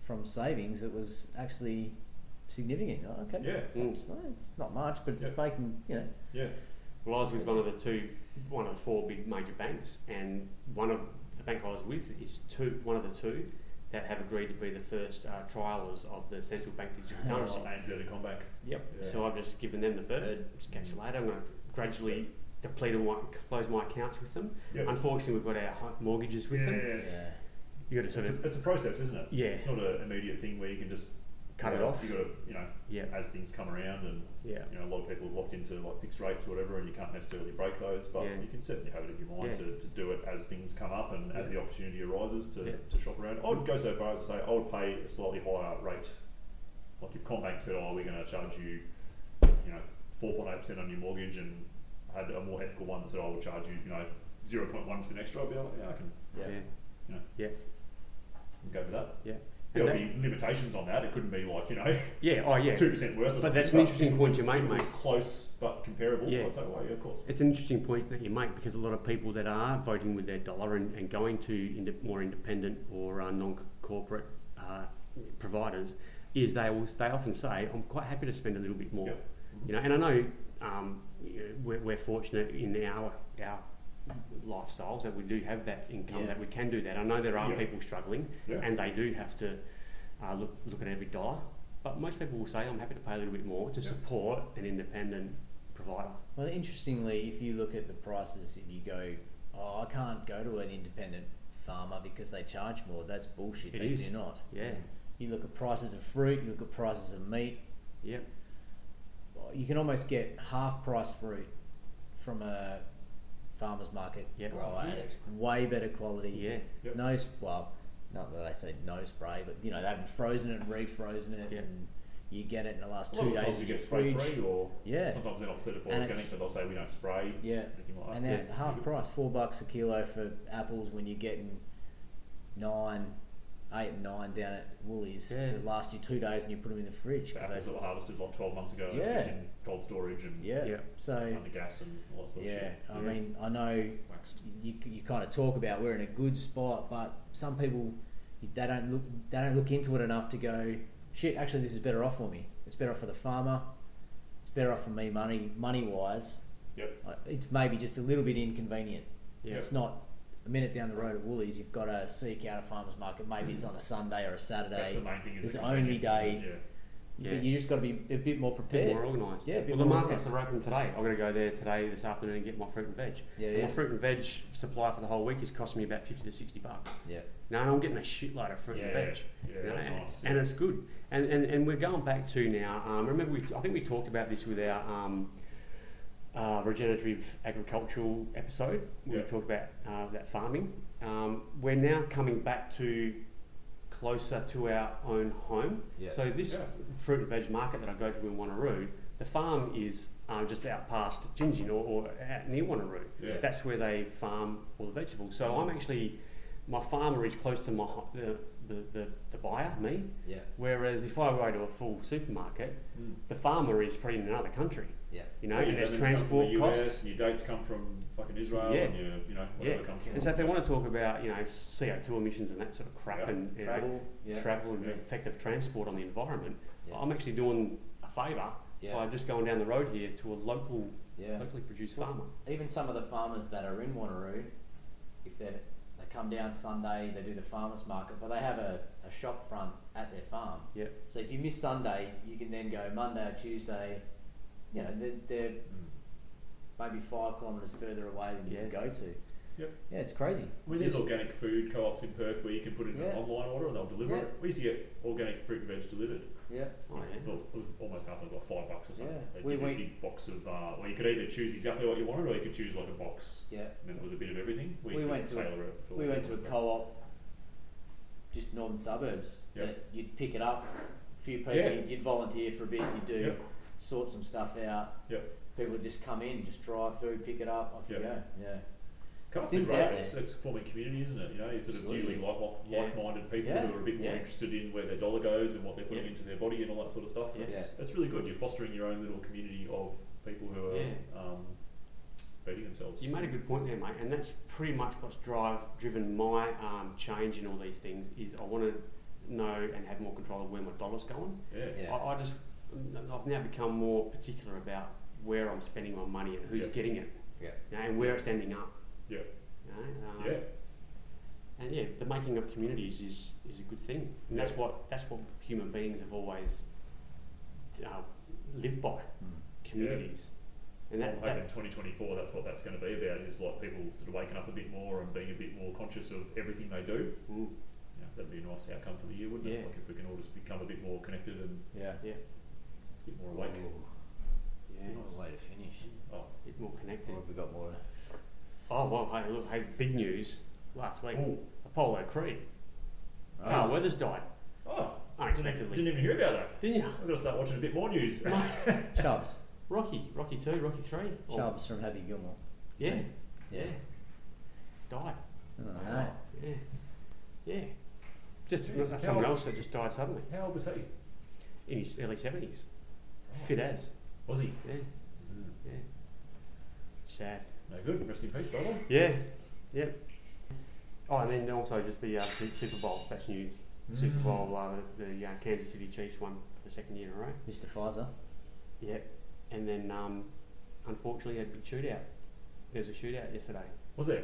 C: from savings that was actually significant. Oh, okay,
B: Yeah,
A: Mm.
C: It's, not- it's not much, but it's
B: Yeah.
C: making you know.
B: yeah.
A: Well, I was with one of the two, one of the four big major banks, and one of the bank I was with is two, one of the two that have agreed to be the first uh, trialers of the central bank digital
C: Oh.
A: currency.
B: ANZ and Combank.
A: Yep.
B: Yeah.
A: So I've just given them the bird. Just catch you later. I'm going to gradually deplete all my, close my accounts with them.
B: Yep.
A: Unfortunately, we've got our hi- mortgages with
B: yeah,
A: them.
B: It's,
C: Yeah.
A: You got to sort
B: it's,
A: of
B: a, it's a process, isn't it?
A: Yeah.
B: It's not an immediate thing where you can just
A: cut
B: you
A: it
B: know,
A: off.
B: You got to, you know,
A: Yeah.
B: as things come around, and
A: Yeah.
B: you know, a lot of people have locked into like fixed rates or whatever, and you can't necessarily break those, but
A: Yeah.
B: you can certainly have it in your mind
A: Yeah.
B: to, to do it as things come up and as
A: Yeah.
B: the opportunity arises to,
A: Yeah.
B: to shop around. I would go so far as to say I would pay a slightly higher rate. Like if Combank said, "Oh, we're going to charge you, you know, four point eight percent on your mortgage," and had a more ethical one that said, "I will charge you, you know, zero point one percent extra," I'd be like, "Yeah, I can,
A: Yeah.
B: you know,
A: Yeah.
B: go for that."
A: Yeah.
B: There would
A: And
B: be limitations on that. It couldn't be like you know
A: Yeah. Oh yeah.
B: two percent worse. or
A: But that's
B: something,
A: an interesting
B: if it
A: point
B: was-
A: you made,
B: if it was
A: mate.
B: Close but comparable.
A: Yeah.
B: I'd say, well, yeah, of course.
A: It's an interesting point that you make because a lot of people that are voting with their dollar and, and going to inde more independent or uh, non-corporate uh, providers is they will, they often say, "I'm quite happy to spend a little bit more."
B: Yep.
A: You know, and I know um, you know, we're, we're fortunate in our our lifestyles that we do have that income
C: Yeah.
A: that we can do that. I know there are
B: Yeah.
A: people struggling
B: Yeah.
A: and they do have to uh, look look at every dollar, but most people will say, "I'm happy to pay a little bit more to
B: Yeah.
A: support an independent provider."
C: Well, interestingly, if you look at the prices, if you go, oh, I can't go to an independent farmer because they charge more. That's bullshit.
A: It
C: they
A: is.
C: do not.
A: Yeah.
C: You look at prices of fruit. You look at prices of meat.
A: Yep.
C: You can almost get half price fruit from a farmer's market
A: Yeah.
C: grower.
D: Yeah.
C: It's way better quality.
A: Yeah.
B: Yep.
C: No, s- well, not that they say no spray, but you know they haven't frozen it and refrozen it,
A: Yeah.
C: and you get it in the last
B: A
C: two
B: lot of
C: days
B: times
C: in
B: you
C: your
B: get spray
C: fridge.
B: free, or
C: Yeah,
B: sometimes they're not certified
C: And
B: organic,
C: it's-
B: but they'll say we don't spray.
C: yeah.
B: Anything like
C: And
B: that.
C: then
A: Yeah.
C: half price, four bucks a kilo for apples when you're getting nine, eight and nine down at Woolies
A: Yeah.
C: that last you two days and you put them in the fridge.
B: The
C: 'cause
B: apples
C: they,
B: that were harvested like 12 months ago,
C: Yeah.
B: kept in cold storage and
C: yeah.
A: Yeah.
C: So
B: under gas and all that sort of
C: yeah,
B: shit.
A: Yeah.
C: I mean I know
B: Waxed.
C: you, you kind of talk about we're in a good spot, but some people they don't look they don't look into it enough to go shit. Actually, this is better off for me. It's better off for the farmer. It's better off for me money money wise.
B: Yep.
C: Uh, It's maybe just a little bit inconvenient.
A: Yeah.
C: It's not a minute down the road at Woolies. You've got to seek out a farmer's market. Maybe it's on a Sunday or a
B: That's
C: Saturday.
B: the main thing. Is
C: It's
B: the
C: the only
B: convenience,
A: Yeah.
C: But you just got to be a bit more
A: bit
C: prepared.
A: more organised.
C: Yeah, a
A: Well,
C: bit
A: the
C: more
A: markets are open today. I'm going to go there today this afternoon and get my fruit and veg.
C: Yeah,
A: And
C: yeah,
A: My fruit and veg supply for the whole week is costing me about fifty to sixty bucks.
C: yeah.
A: Now and I'm getting a shitload of fruit
B: Yeah.
A: and
B: Yeah.
A: veg.
B: Yeah,
A: you know,
B: that's
A: and,
B: nice.
A: and it's good. And, and and we're going back to now. Um, remember, we, I think we talked about this with our um, uh, regenerative agricultural episode. where
B: Yeah.
A: We talked about uh, that farming. Um, we're now coming back to closer to our own home.
C: Yeah.
A: So this
B: Yeah.
A: fruit and veg market that I go to in Wanneroo, The farm is um, just out past Gingin or, or out near Wanneroo.
B: Yeah.
A: That's where they farm all the vegetables. So I'm actually, my farmer is close to my hu- the, the, the, the buyer, me.
D: Yeah.
A: Whereas if I go to a full supermarket,
B: Mm.
A: the farmer is probably in another country.
D: Yeah.
A: You know,
B: Yeah,
A: and there's
B: it's come from
A: transport
B: the US,
A: costs.
B: And your dates come from fucking Israel,
A: Yeah.
B: and your, you know
A: Yeah.
B: whatever comes from.
A: And so if they want to talk about, you know, CO2 emissions and that sort of crap
B: Yeah.
A: and you know,
D: Travel. Yeah.
A: travel and
B: Yeah.
A: effective transport on the environment,
D: Yeah.
A: I'm actually doing a favour
D: Yeah.
A: by just going down the road here to a local,
D: yeah.
A: locally produced
D: Well,
A: farmer.
D: Even some of the farmers that are in Wanneroo, if they they come down Sunday, they do the farmers market, but they have a, a shop front at their farm.
A: Yeah.
D: So if you miss Sunday, you can then go Monday or Tuesday. You know, they're, they're maybe five kilometres further away than you
A: Yeah.
D: can go to.
B: Yep.
D: Yeah, it's crazy.
B: We
D: Just-
B: there's organic food co-ops in Perth where you can put in an
D: Yeah.
B: online order and they'll deliver
D: Yeah.
B: it. We used to get organic fruit and veg delivered.
D: yeah,
A: Oh, yeah.
B: Well, It was almost half of like five bucks or something.
D: Yeah.
B: They'd
D: We-
B: give you a
D: we-
B: big box of, uh, well, you could either choose exactly what you wanted or you could choose like a box.
D: yeah.
B: And then there was a bit of everything. We,
D: We
B: used
D: went
B: to
D: to a-
B: tailor it. For
D: We went to a
B: Yeah.
D: co-op, just northern suburbs.
B: Yep.
D: That you'd pick it up, a few people,
B: Yeah.
D: you'd volunteer for a bit, you'd do,
B: Yep.
D: sort some stuff out.
B: Yep.
D: People would just come in, just drive through, pick it up, off
B: Yep.
D: you go. Yeah.
B: Co-ops are
D: Things
B: great.
D: out
B: It's, it's forming community, isn't it? You know, you sort of
D: Absolutely.
B: usually like,
A: Yeah.
B: like-minded people
D: Yeah.
B: who are a bit more
D: Yeah.
B: interested in where their dollar goes and what they're putting
A: Yeah.
B: into their body and all that sort of stuff.
A: Yeah.
B: That's, that's really good. You're fostering your own little community of people who are
A: Yeah.
B: um, feeding themselves.
A: You made a good point there, mate, and that's pretty much what's drive driven my um, change in all these things. Is I want to know and have more control of where my dollar's going.
B: Yeah.
D: Yeah.
A: I, I just I've now become more particular about where I'm spending my money and who's
B: Yeah.
A: getting it,
D: Yeah.
A: you know, and where it's ending up.
B: Yeah.
A: You know, um,
B: Yeah.
A: And yeah, the making of communities is, is a good thing, and that's
B: Yeah.
A: what that's what human beings have always uh, lived by
D: Hmm.
A: communities, and
B: I'm
A: that,
B: hoping
A: that
B: 2024, that's what that's going to be about, is like people sort of waking up a bit more and being a bit more conscious of everything they do.
A: mm,
B: You know, that'd be a nice outcome for the year, wouldn't
A: Yeah.
B: it? Like if we can all just become a bit more connected and
D: Yeah.
B: a bit more
A: Mm.
B: awake.
A: yeah,
D: What a way to finish.
B: Oh,
A: a bit more connected.
D: Or have we got more?
A: Oh well, hey, look, hey, big news last week:
B: Ooh.
A: Apollo Creed.
D: Oh.
A: Carl Weathers died
B: oh didn't,
A: unexpectedly.
B: didn't even hear about that.
A: Didn't you?
B: I've got to start watching a bit more news.
D: Chubbs.
A: Rocky, Rocky two, Rocky three. or-
C: Chubbs from Happy Gilmore.
A: Yeah,
D: Yeah.
A: died.
C: I don't know.
D: Wow.
A: Yeah, yeah. Just
B: Jeez,
A: that's
B: how
A: someone
B: old-
A: else that just died suddenly
B: How old was he?
A: in his early seventies. Fit as.
B: Was he? Mm.
A: Yeah, yeah. Sad.
B: No good. Rest in peace, brother.
A: Yeah, yep. Oh, and then also just the uh, Su- Super Bowl. That's news. Super
B: Mm.
A: Bowl. Uh, the the uh, Kansas City Chiefs won for the second year in a row.
D: Mr. Pfizer.
A: Yep. And then, um, unfortunately, a big shootout. There was a shootout yesterday.
B: Was there?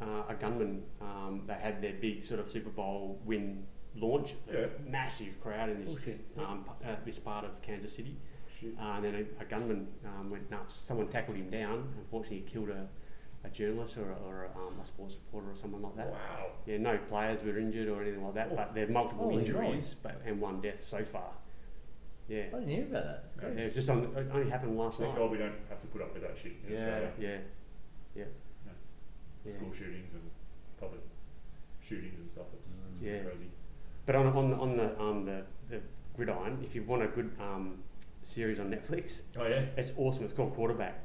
A: Uh, a gunman. Um, they had their big sort of Super Bowl win launch.
B: Yeah.
A: Massive crowd in this
B: Bullshit.
A: um, p- uh, this part of Kansas City.
B: Shit.
A: Uh, and then a, a gunman um, went nuts. Someone tackled him down. Unfortunately, he killed a, a journalist or, a, or a, um, a sports reporter or someone like that.
B: Wow.
A: Yeah, no players were injured or anything like that,
B: Oh.
A: but there are multiple
C: Holy
A: injuries but, and one death so far. Yeah.
C: I didn't hear about that. It's
A: Yeah,
C: crazy.
A: it was just on, it only happened last
B: Thank
A: night.
B: God we don't have to put up with that shit in
C: Yeah.
B: Australia.
A: Yeah, yeah, Yeah.
B: School shootings and public shootings and stuff. It's,
C: Mm.
B: it's
A: Mm. Yeah.
B: crazy.
A: But on on on the um the, the gridiron, if you want a good um series on Netflix,
B: Oh yeah.
A: it's awesome. It's called Quarterback.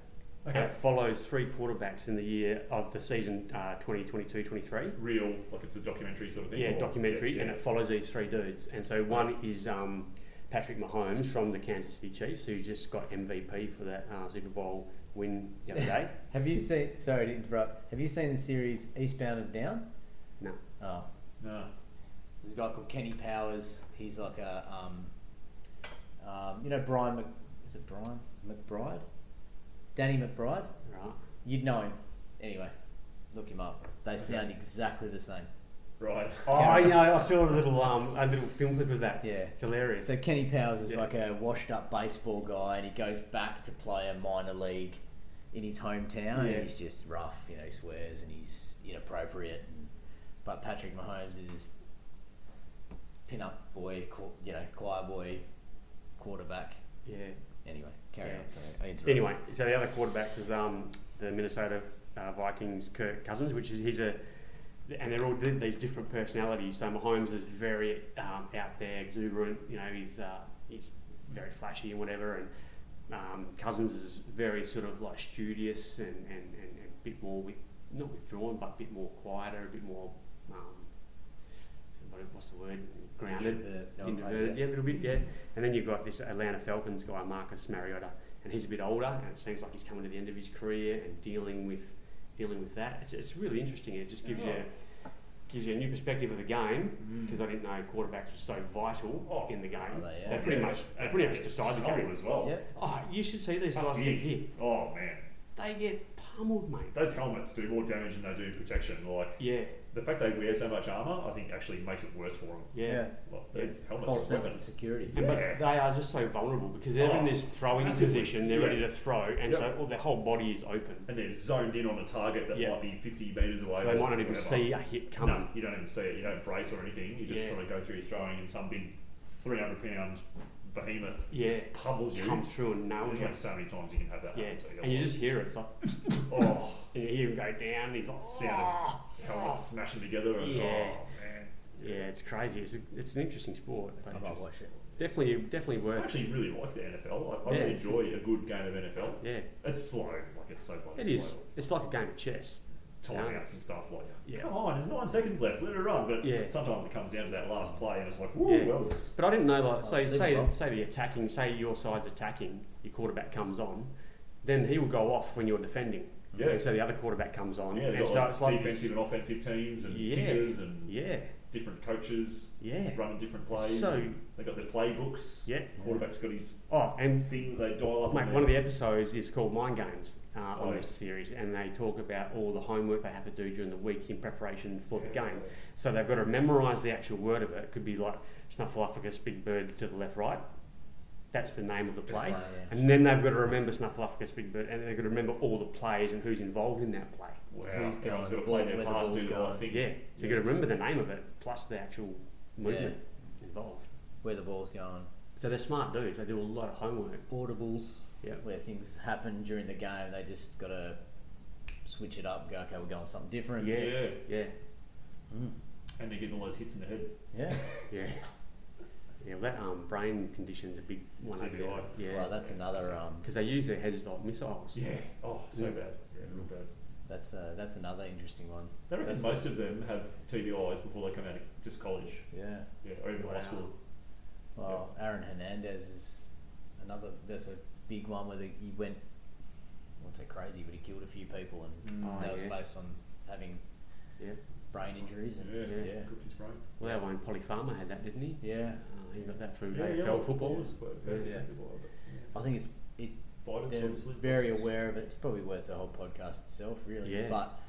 A: And
B: Okay.
A: it follows three quarterbacks in the year of the season uh, 2022-23.
B: Real, like it's a documentary sort of thing.
A: Yeah,
B: or-
A: documentary,
B: yeah,
A: and
B: yeah.
A: it follows these three dudes. And so one is um, Patrick Mahomes from the Kansas City Chiefs, who just got MVP for that uh, Super Bowl win the other day.
C: Have you seen? Sorry to interrupt. Have you seen the series Eastbound and Down?
A: No.
C: Oh,
B: No.
C: there's a guy called Kenny Powers. He's like a, um, um, you know, Brian. Mc, is it Brian McBride? Danny McBride.
A: Right?
C: You'd know him. Anyway, look him up. They
B: Okay.
C: sound exactly the same.
B: Right.
A: Oh, you know, I saw a little um a little film clip of that.
C: Yeah.
A: It's hilarious.
C: So Kenny Powers is
A: Yeah.
C: like a washed-up baseball guy, and he goes back to play a minor league in his hometown,
A: Yeah.
C: and he's just rough. You know, he swears and he's inappropriate. And, but Patrick Mahomes is his pin-up boy, qu- you know, choir boy, quarterback.
A: yeah.
C: Anyway, carry
A: Yeah.
C: on. Sorry, I interrupted.
A: Anyway, so the other quarterbacks is um, the Minnesota uh, Vikings, Kirk Cousins, which is he's a, and they're all di- these different personalities. So Mahomes is very um, out there, exuberant. You know, he's uh, he's very flashy and whatever. And Um, Cousins is very sort of like studious and, and, and, and a bit more with not withdrawn, but a bit more quieter, a bit more um, what, what's the word? Grounded,
D: Introvert,
A: introverted, yeah, a little bit, yeah. And then you've got this Atlanta Falcons guy, Marcus Mariota, and he's a bit older, and it seems like he's coming to the end of his career and dealing with dealing with that. It's, it's really interesting. It just gives you gives you a new perspective of the game because I didn't know quarterbacks were so vital
B: Mm. Oh.
A: in the game.
C: Are they, yeah?
A: They pretty
B: Yeah.
A: much they pretty much decide the game.
B: as well.
C: Yep.
A: Oh, you should see these
B: Tough
A: guys get
B: gig.
A: hit.
B: Oh man,
A: They get pummeled, mate.
B: those helmets do more damage than they do protection. Like
A: Yeah,
B: the fact they wear so much armor, I think actually makes it worse for them.
A: yeah.
B: Like, those helmets
C: False
B: are
C: sense of
B: weapons.
C: security.
A: And, but
B: Yeah.
A: they are just so vulnerable because they're in
B: Oh,
A: this throwing
B: massively.
A: position. They're
B: Yeah.
A: ready to throw, and
B: Yep.
A: so all their whole body is open.
B: and they're zoned in on a target that
A: Yeah.
B: might be 50 metres away.
A: So they
B: or
A: might not even
B: whatever.
A: see a hit coming.
B: No, you don't even see it. You don't brace or anything. You're just
A: Yeah.
B: trying to go through your throwing, and some big 300 pound behemoth
A: Yeah.
B: just pummels you.
A: Comes through and nails
B: There's
A: you.
B: like so many times you can have that
A: Yeah,
B: happen to you.
A: and you just hear it. It's like,
B: oh,
A: and you hear him go down. And he's like,
B: sound of helmets smashing together, and
A: Yeah.
B: oh man,
A: yeah, it's crazy. It's, a, it's an interesting sport.
C: I
A: but
C: might watch it.
A: Definitely, definitely
B: I
A: worth.
B: actually really like the NFL. I, I
A: Yeah,
B: really
A: it's
B: enjoy a good game of NFL.
A: Yeah,
B: It's slow, like it's so bloody
A: it
B: slow.
A: is. It's like a game of chess.
B: timeouts
A: Yeah.
B: and stuff like
A: Yeah.
B: come on there's nine seconds left let it run but
A: Yeah.
B: sometimes it comes down to that last play and it's like whoa
A: Yeah.
B: that was
A: But I didn't know, like, say,
C: Oh, Super
A: say,
C: Bowl.
A: say the attacking, say your side's attacking, your quarterback comes on, then he will go off when you're defending.
B: Yeah.
A: And so the other quarterback comes on.
B: Yeah,
A: and
B: they've
A: so
B: got
A: it's
B: like
A: like this-
B: defensive and offensive teams and
A: Yeah.
B: kickers and
A: yeah,
B: different coaches
A: yeah,
B: running different plays.
A: So-
B: and they've got their playbooks.
A: yeah.
B: Quarterback's got his
A: Oh, and
B: thing that they dial up.
A: mate,
B: on
A: one of the
B: their-
A: episodes is called Mind Games uh,
B: Oh,
A: on this series, and they talk about all the homework they have to do during the week in preparation for the game. So they've got to memorise the actual word of it. It could be like Snuffleupagus, big bird to the left, right. That's the name of the play.
C: Play, yeah.
A: And then they've got to remember Snuffleupagus, Big Bird, and they've got to remember all the plays and who's involved in that play.
B: Wow,
C: Who's going,
B: everyone's got to
C: where
B: play their
C: the
B: part and
C: ball's
B: do the right
C: going.
B: thing.
A: Yeah, so you've got to remember the name of it plus the actual movement involved.
C: Where the ball's going.
A: So they're smart dudes. They do a lot of homework.
C: Audibles.
A: Yeah.
C: Where things happen during the game, they just got to switch it up and go, okay, we're going something different.
A: Yeah.
B: Yeah.
A: Yeah,
B: And they're getting all those hits in the head.
C: Yeah.
A: yeah, yeah. Well, that um, brain condition's a big one.
B: It's a
A: over
B: big
A: there.
B: one.
A: Yeah,
C: Well, that's another. Um,
A: because they use their heads like missiles.
B: Yeah. Oh, so
A: Yeah.
B: bad. Yeah, real bad.
C: that's uh, that's another interesting one.
B: I reckon
C: That's-
B: most of them have TBIs before they come out of just college.
C: Yeah.
B: Yeah, or even
A: Wow.
B: high school.
C: Well, Aaron Hernandez is another. That's a big one where the, he went. I won't say crazy, but he killed a few people, and
B: Um,
A: Mm. Oh,
C: that was
A: yeah.
C: based on having
A: Yeah.
C: brain injuries and
B: Yeah.
A: Yeah.
B: Cooked his brain.
A: Well, our own Polly Farmer had that, didn't he?
C: yeah.
A: Uh, he got that through
B: Yeah,
A: AFL
B: yeah,
A: football.
B: footballers. but very
C: Yeah.
B: effective, but, yeah.
C: I think it's it
B: Fighters,
C: they're
B: obviously,
C: very
B: boxers.
C: aware of it. It's probably worth the whole podcast itself, really.
A: Yeah.
C: But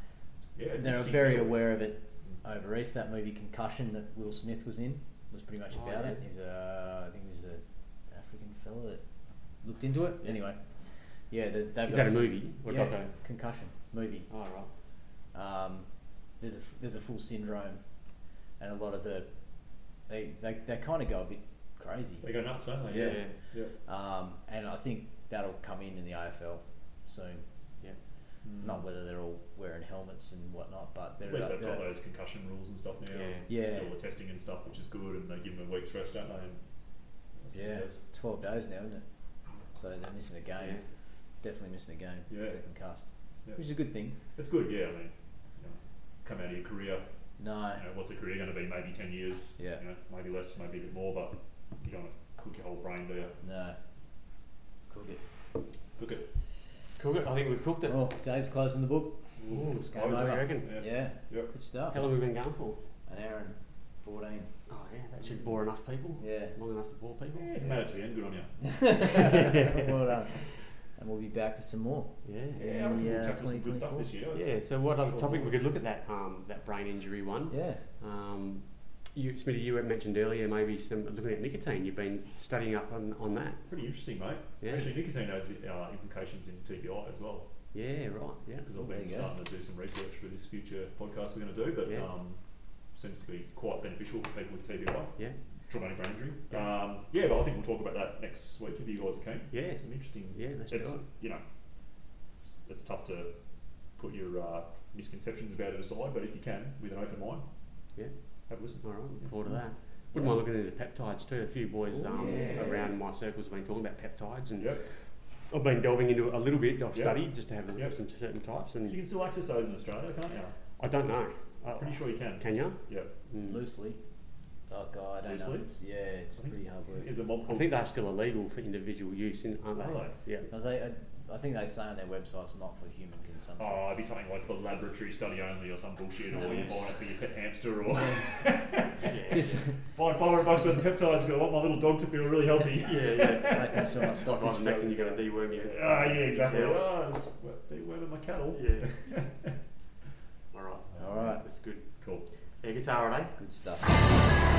B: Yeah, it's
C: they're
B: interesting
C: very
B: field.
C: aware of it over East. That movie Concussion that Will Smith was in was pretty much
A: Oh,
C: about
A: yeah.
C: it. He's a, I think he's a African fella that looked into it. Anyway, yeah, they, they've
A: Is
C: got
A: that a
C: f-
A: movie or
C: yeah,
A: doco?
C: Concussion movie.
A: Oh right.
C: Um, there's a f- there's a full syndrome, and a lot of the they they, they kind of go a bit crazy.
B: They go nuts, don't they?
A: Yeah.
B: Yeah. yeah.
C: Um, and I think that'll come in in the AFL soon. Not whether they're all wearing helmets and whatnot, but Mm. they're
B: Mm. At least they've
C: they're-
B: got those concussion rules and stuff now.
A: Yeah.
C: Yeah.
B: They do all the testing and stuff, which is good, and they give them a week's rest, don't they? And that's
C: Yeah,
B: what it is.
C: twelve days now, isn't it? So they're missing a game.
A: Yeah.
C: Definitely missing a game. if
B: Yeah.
C: they can cast,
B: Yeah.
C: which is a good thing.
B: It's good, yeah. I mean, you know, come out of your career.
C: No,
B: You know, what's a career going to be? Maybe 10 years.
C: Yeah.
B: You know, maybe less, maybe a bit more, but you don't want to cook your whole brain, do you?
C: no. Cook it.
B: Cook it.
A: Cook it. I think we've cooked it.
C: Oh, Dave's closing the book.
B: Ooh, it's
C: game
B: close.
A: What do
C: over.
A: you reckon?
B: Yeah.
C: Yeah,
B: Yep.
C: good stuff.
A: How long have we been going for?
C: An hour and fourteen.
A: Oh yeah, that should bore enough people.
C: Yeah.
A: Long enough to bore people.
B: Yeah, if you made it to the end, good on you.
C: well done. And we'll be back with some more.
A: Yeah.
B: Yeah, I reckon
C: Yeah,
B: we'll tackle some good stuff
C: 2024.
B: this year.
A: Yeah. So what other
B: Sure.
A: topic we could look at that um, that brain injury one?
C: Yeah.
A: Um, you, Smitty, you had mentioned earlier maybe some looking at nicotine. You've been studying up on, on that.
B: Pretty interesting, mate.
A: Yeah.
B: Actually, nicotine has uh, implications in TBI as well.
A: Yeah. Right. Yeah.
B: because I've
C: There
B: been
C: you go.
B: starting to do some research for this future podcast we're going to do, but
A: Yeah.
B: um, seems to be quite beneficial for people with TBI,
A: Yeah.
B: traumatic brain injury.
A: Yeah.
B: Um, yeah, but I think we'll talk about that next week if you guys are keen.
A: Yeah.
B: some interesting.
A: Yeah. That's
B: It's
A: right.
B: you know, it's, it's tough to put your uh, misconceptions about it aside, but if you can, with an open mind,
A: Yeah.
B: have a listen.
A: All right. Looking forward to
B: Mm-hmm.
A: that. Wouldn't mind looking into peptides too. A few boys
C: Ooh,
A: um,
C: yeah.
A: around my circles have been talking about peptides and
B: Yep.
A: I've been delving into it a little bit. I've
B: Yeah.
A: studied just to have a look
B: Yeah.
A: at some certain types,
B: You
A: and
B: can still access those in Australia, can't you?
A: I don't know. I,
B: I'm pretty sure you can.
A: Can you?
B: Yeah.
A: Mm.
C: Loosely. Oh god, I don't know.
B: Loosely?
C: if It's, yeah, it's
B: I think-
C: pretty hard work.
B: Is a mob
A: I
B: called
A: think they're still illegal for individual use, in- aren't they?
B: Are
A: Yeah.
C: I, was like, I, I think they say on their website it's not for human consumption.
B: Oh, it'd be something like for laboratory study only or some bullshit, or you're buying it
C: Nice.
B: for your pet hamster, or
C: Just
B: buying 500 bucks worth of peptides because I want my little dog to feel really healthy.
A: Yeah, yeah.
C: making sure my
A: Like
C: sausage
A: ivermectin,
C: goes.
A: you're going to deworm your.
B: Ah, yeah, exactly.
A: Yeah.
B: Ah, it's wet- they wet in my cattle.
A: Yeah. All right.
C: All right,
A: That's good.
B: Cool.
A: Yeah, guess RNA.
C: good stuff.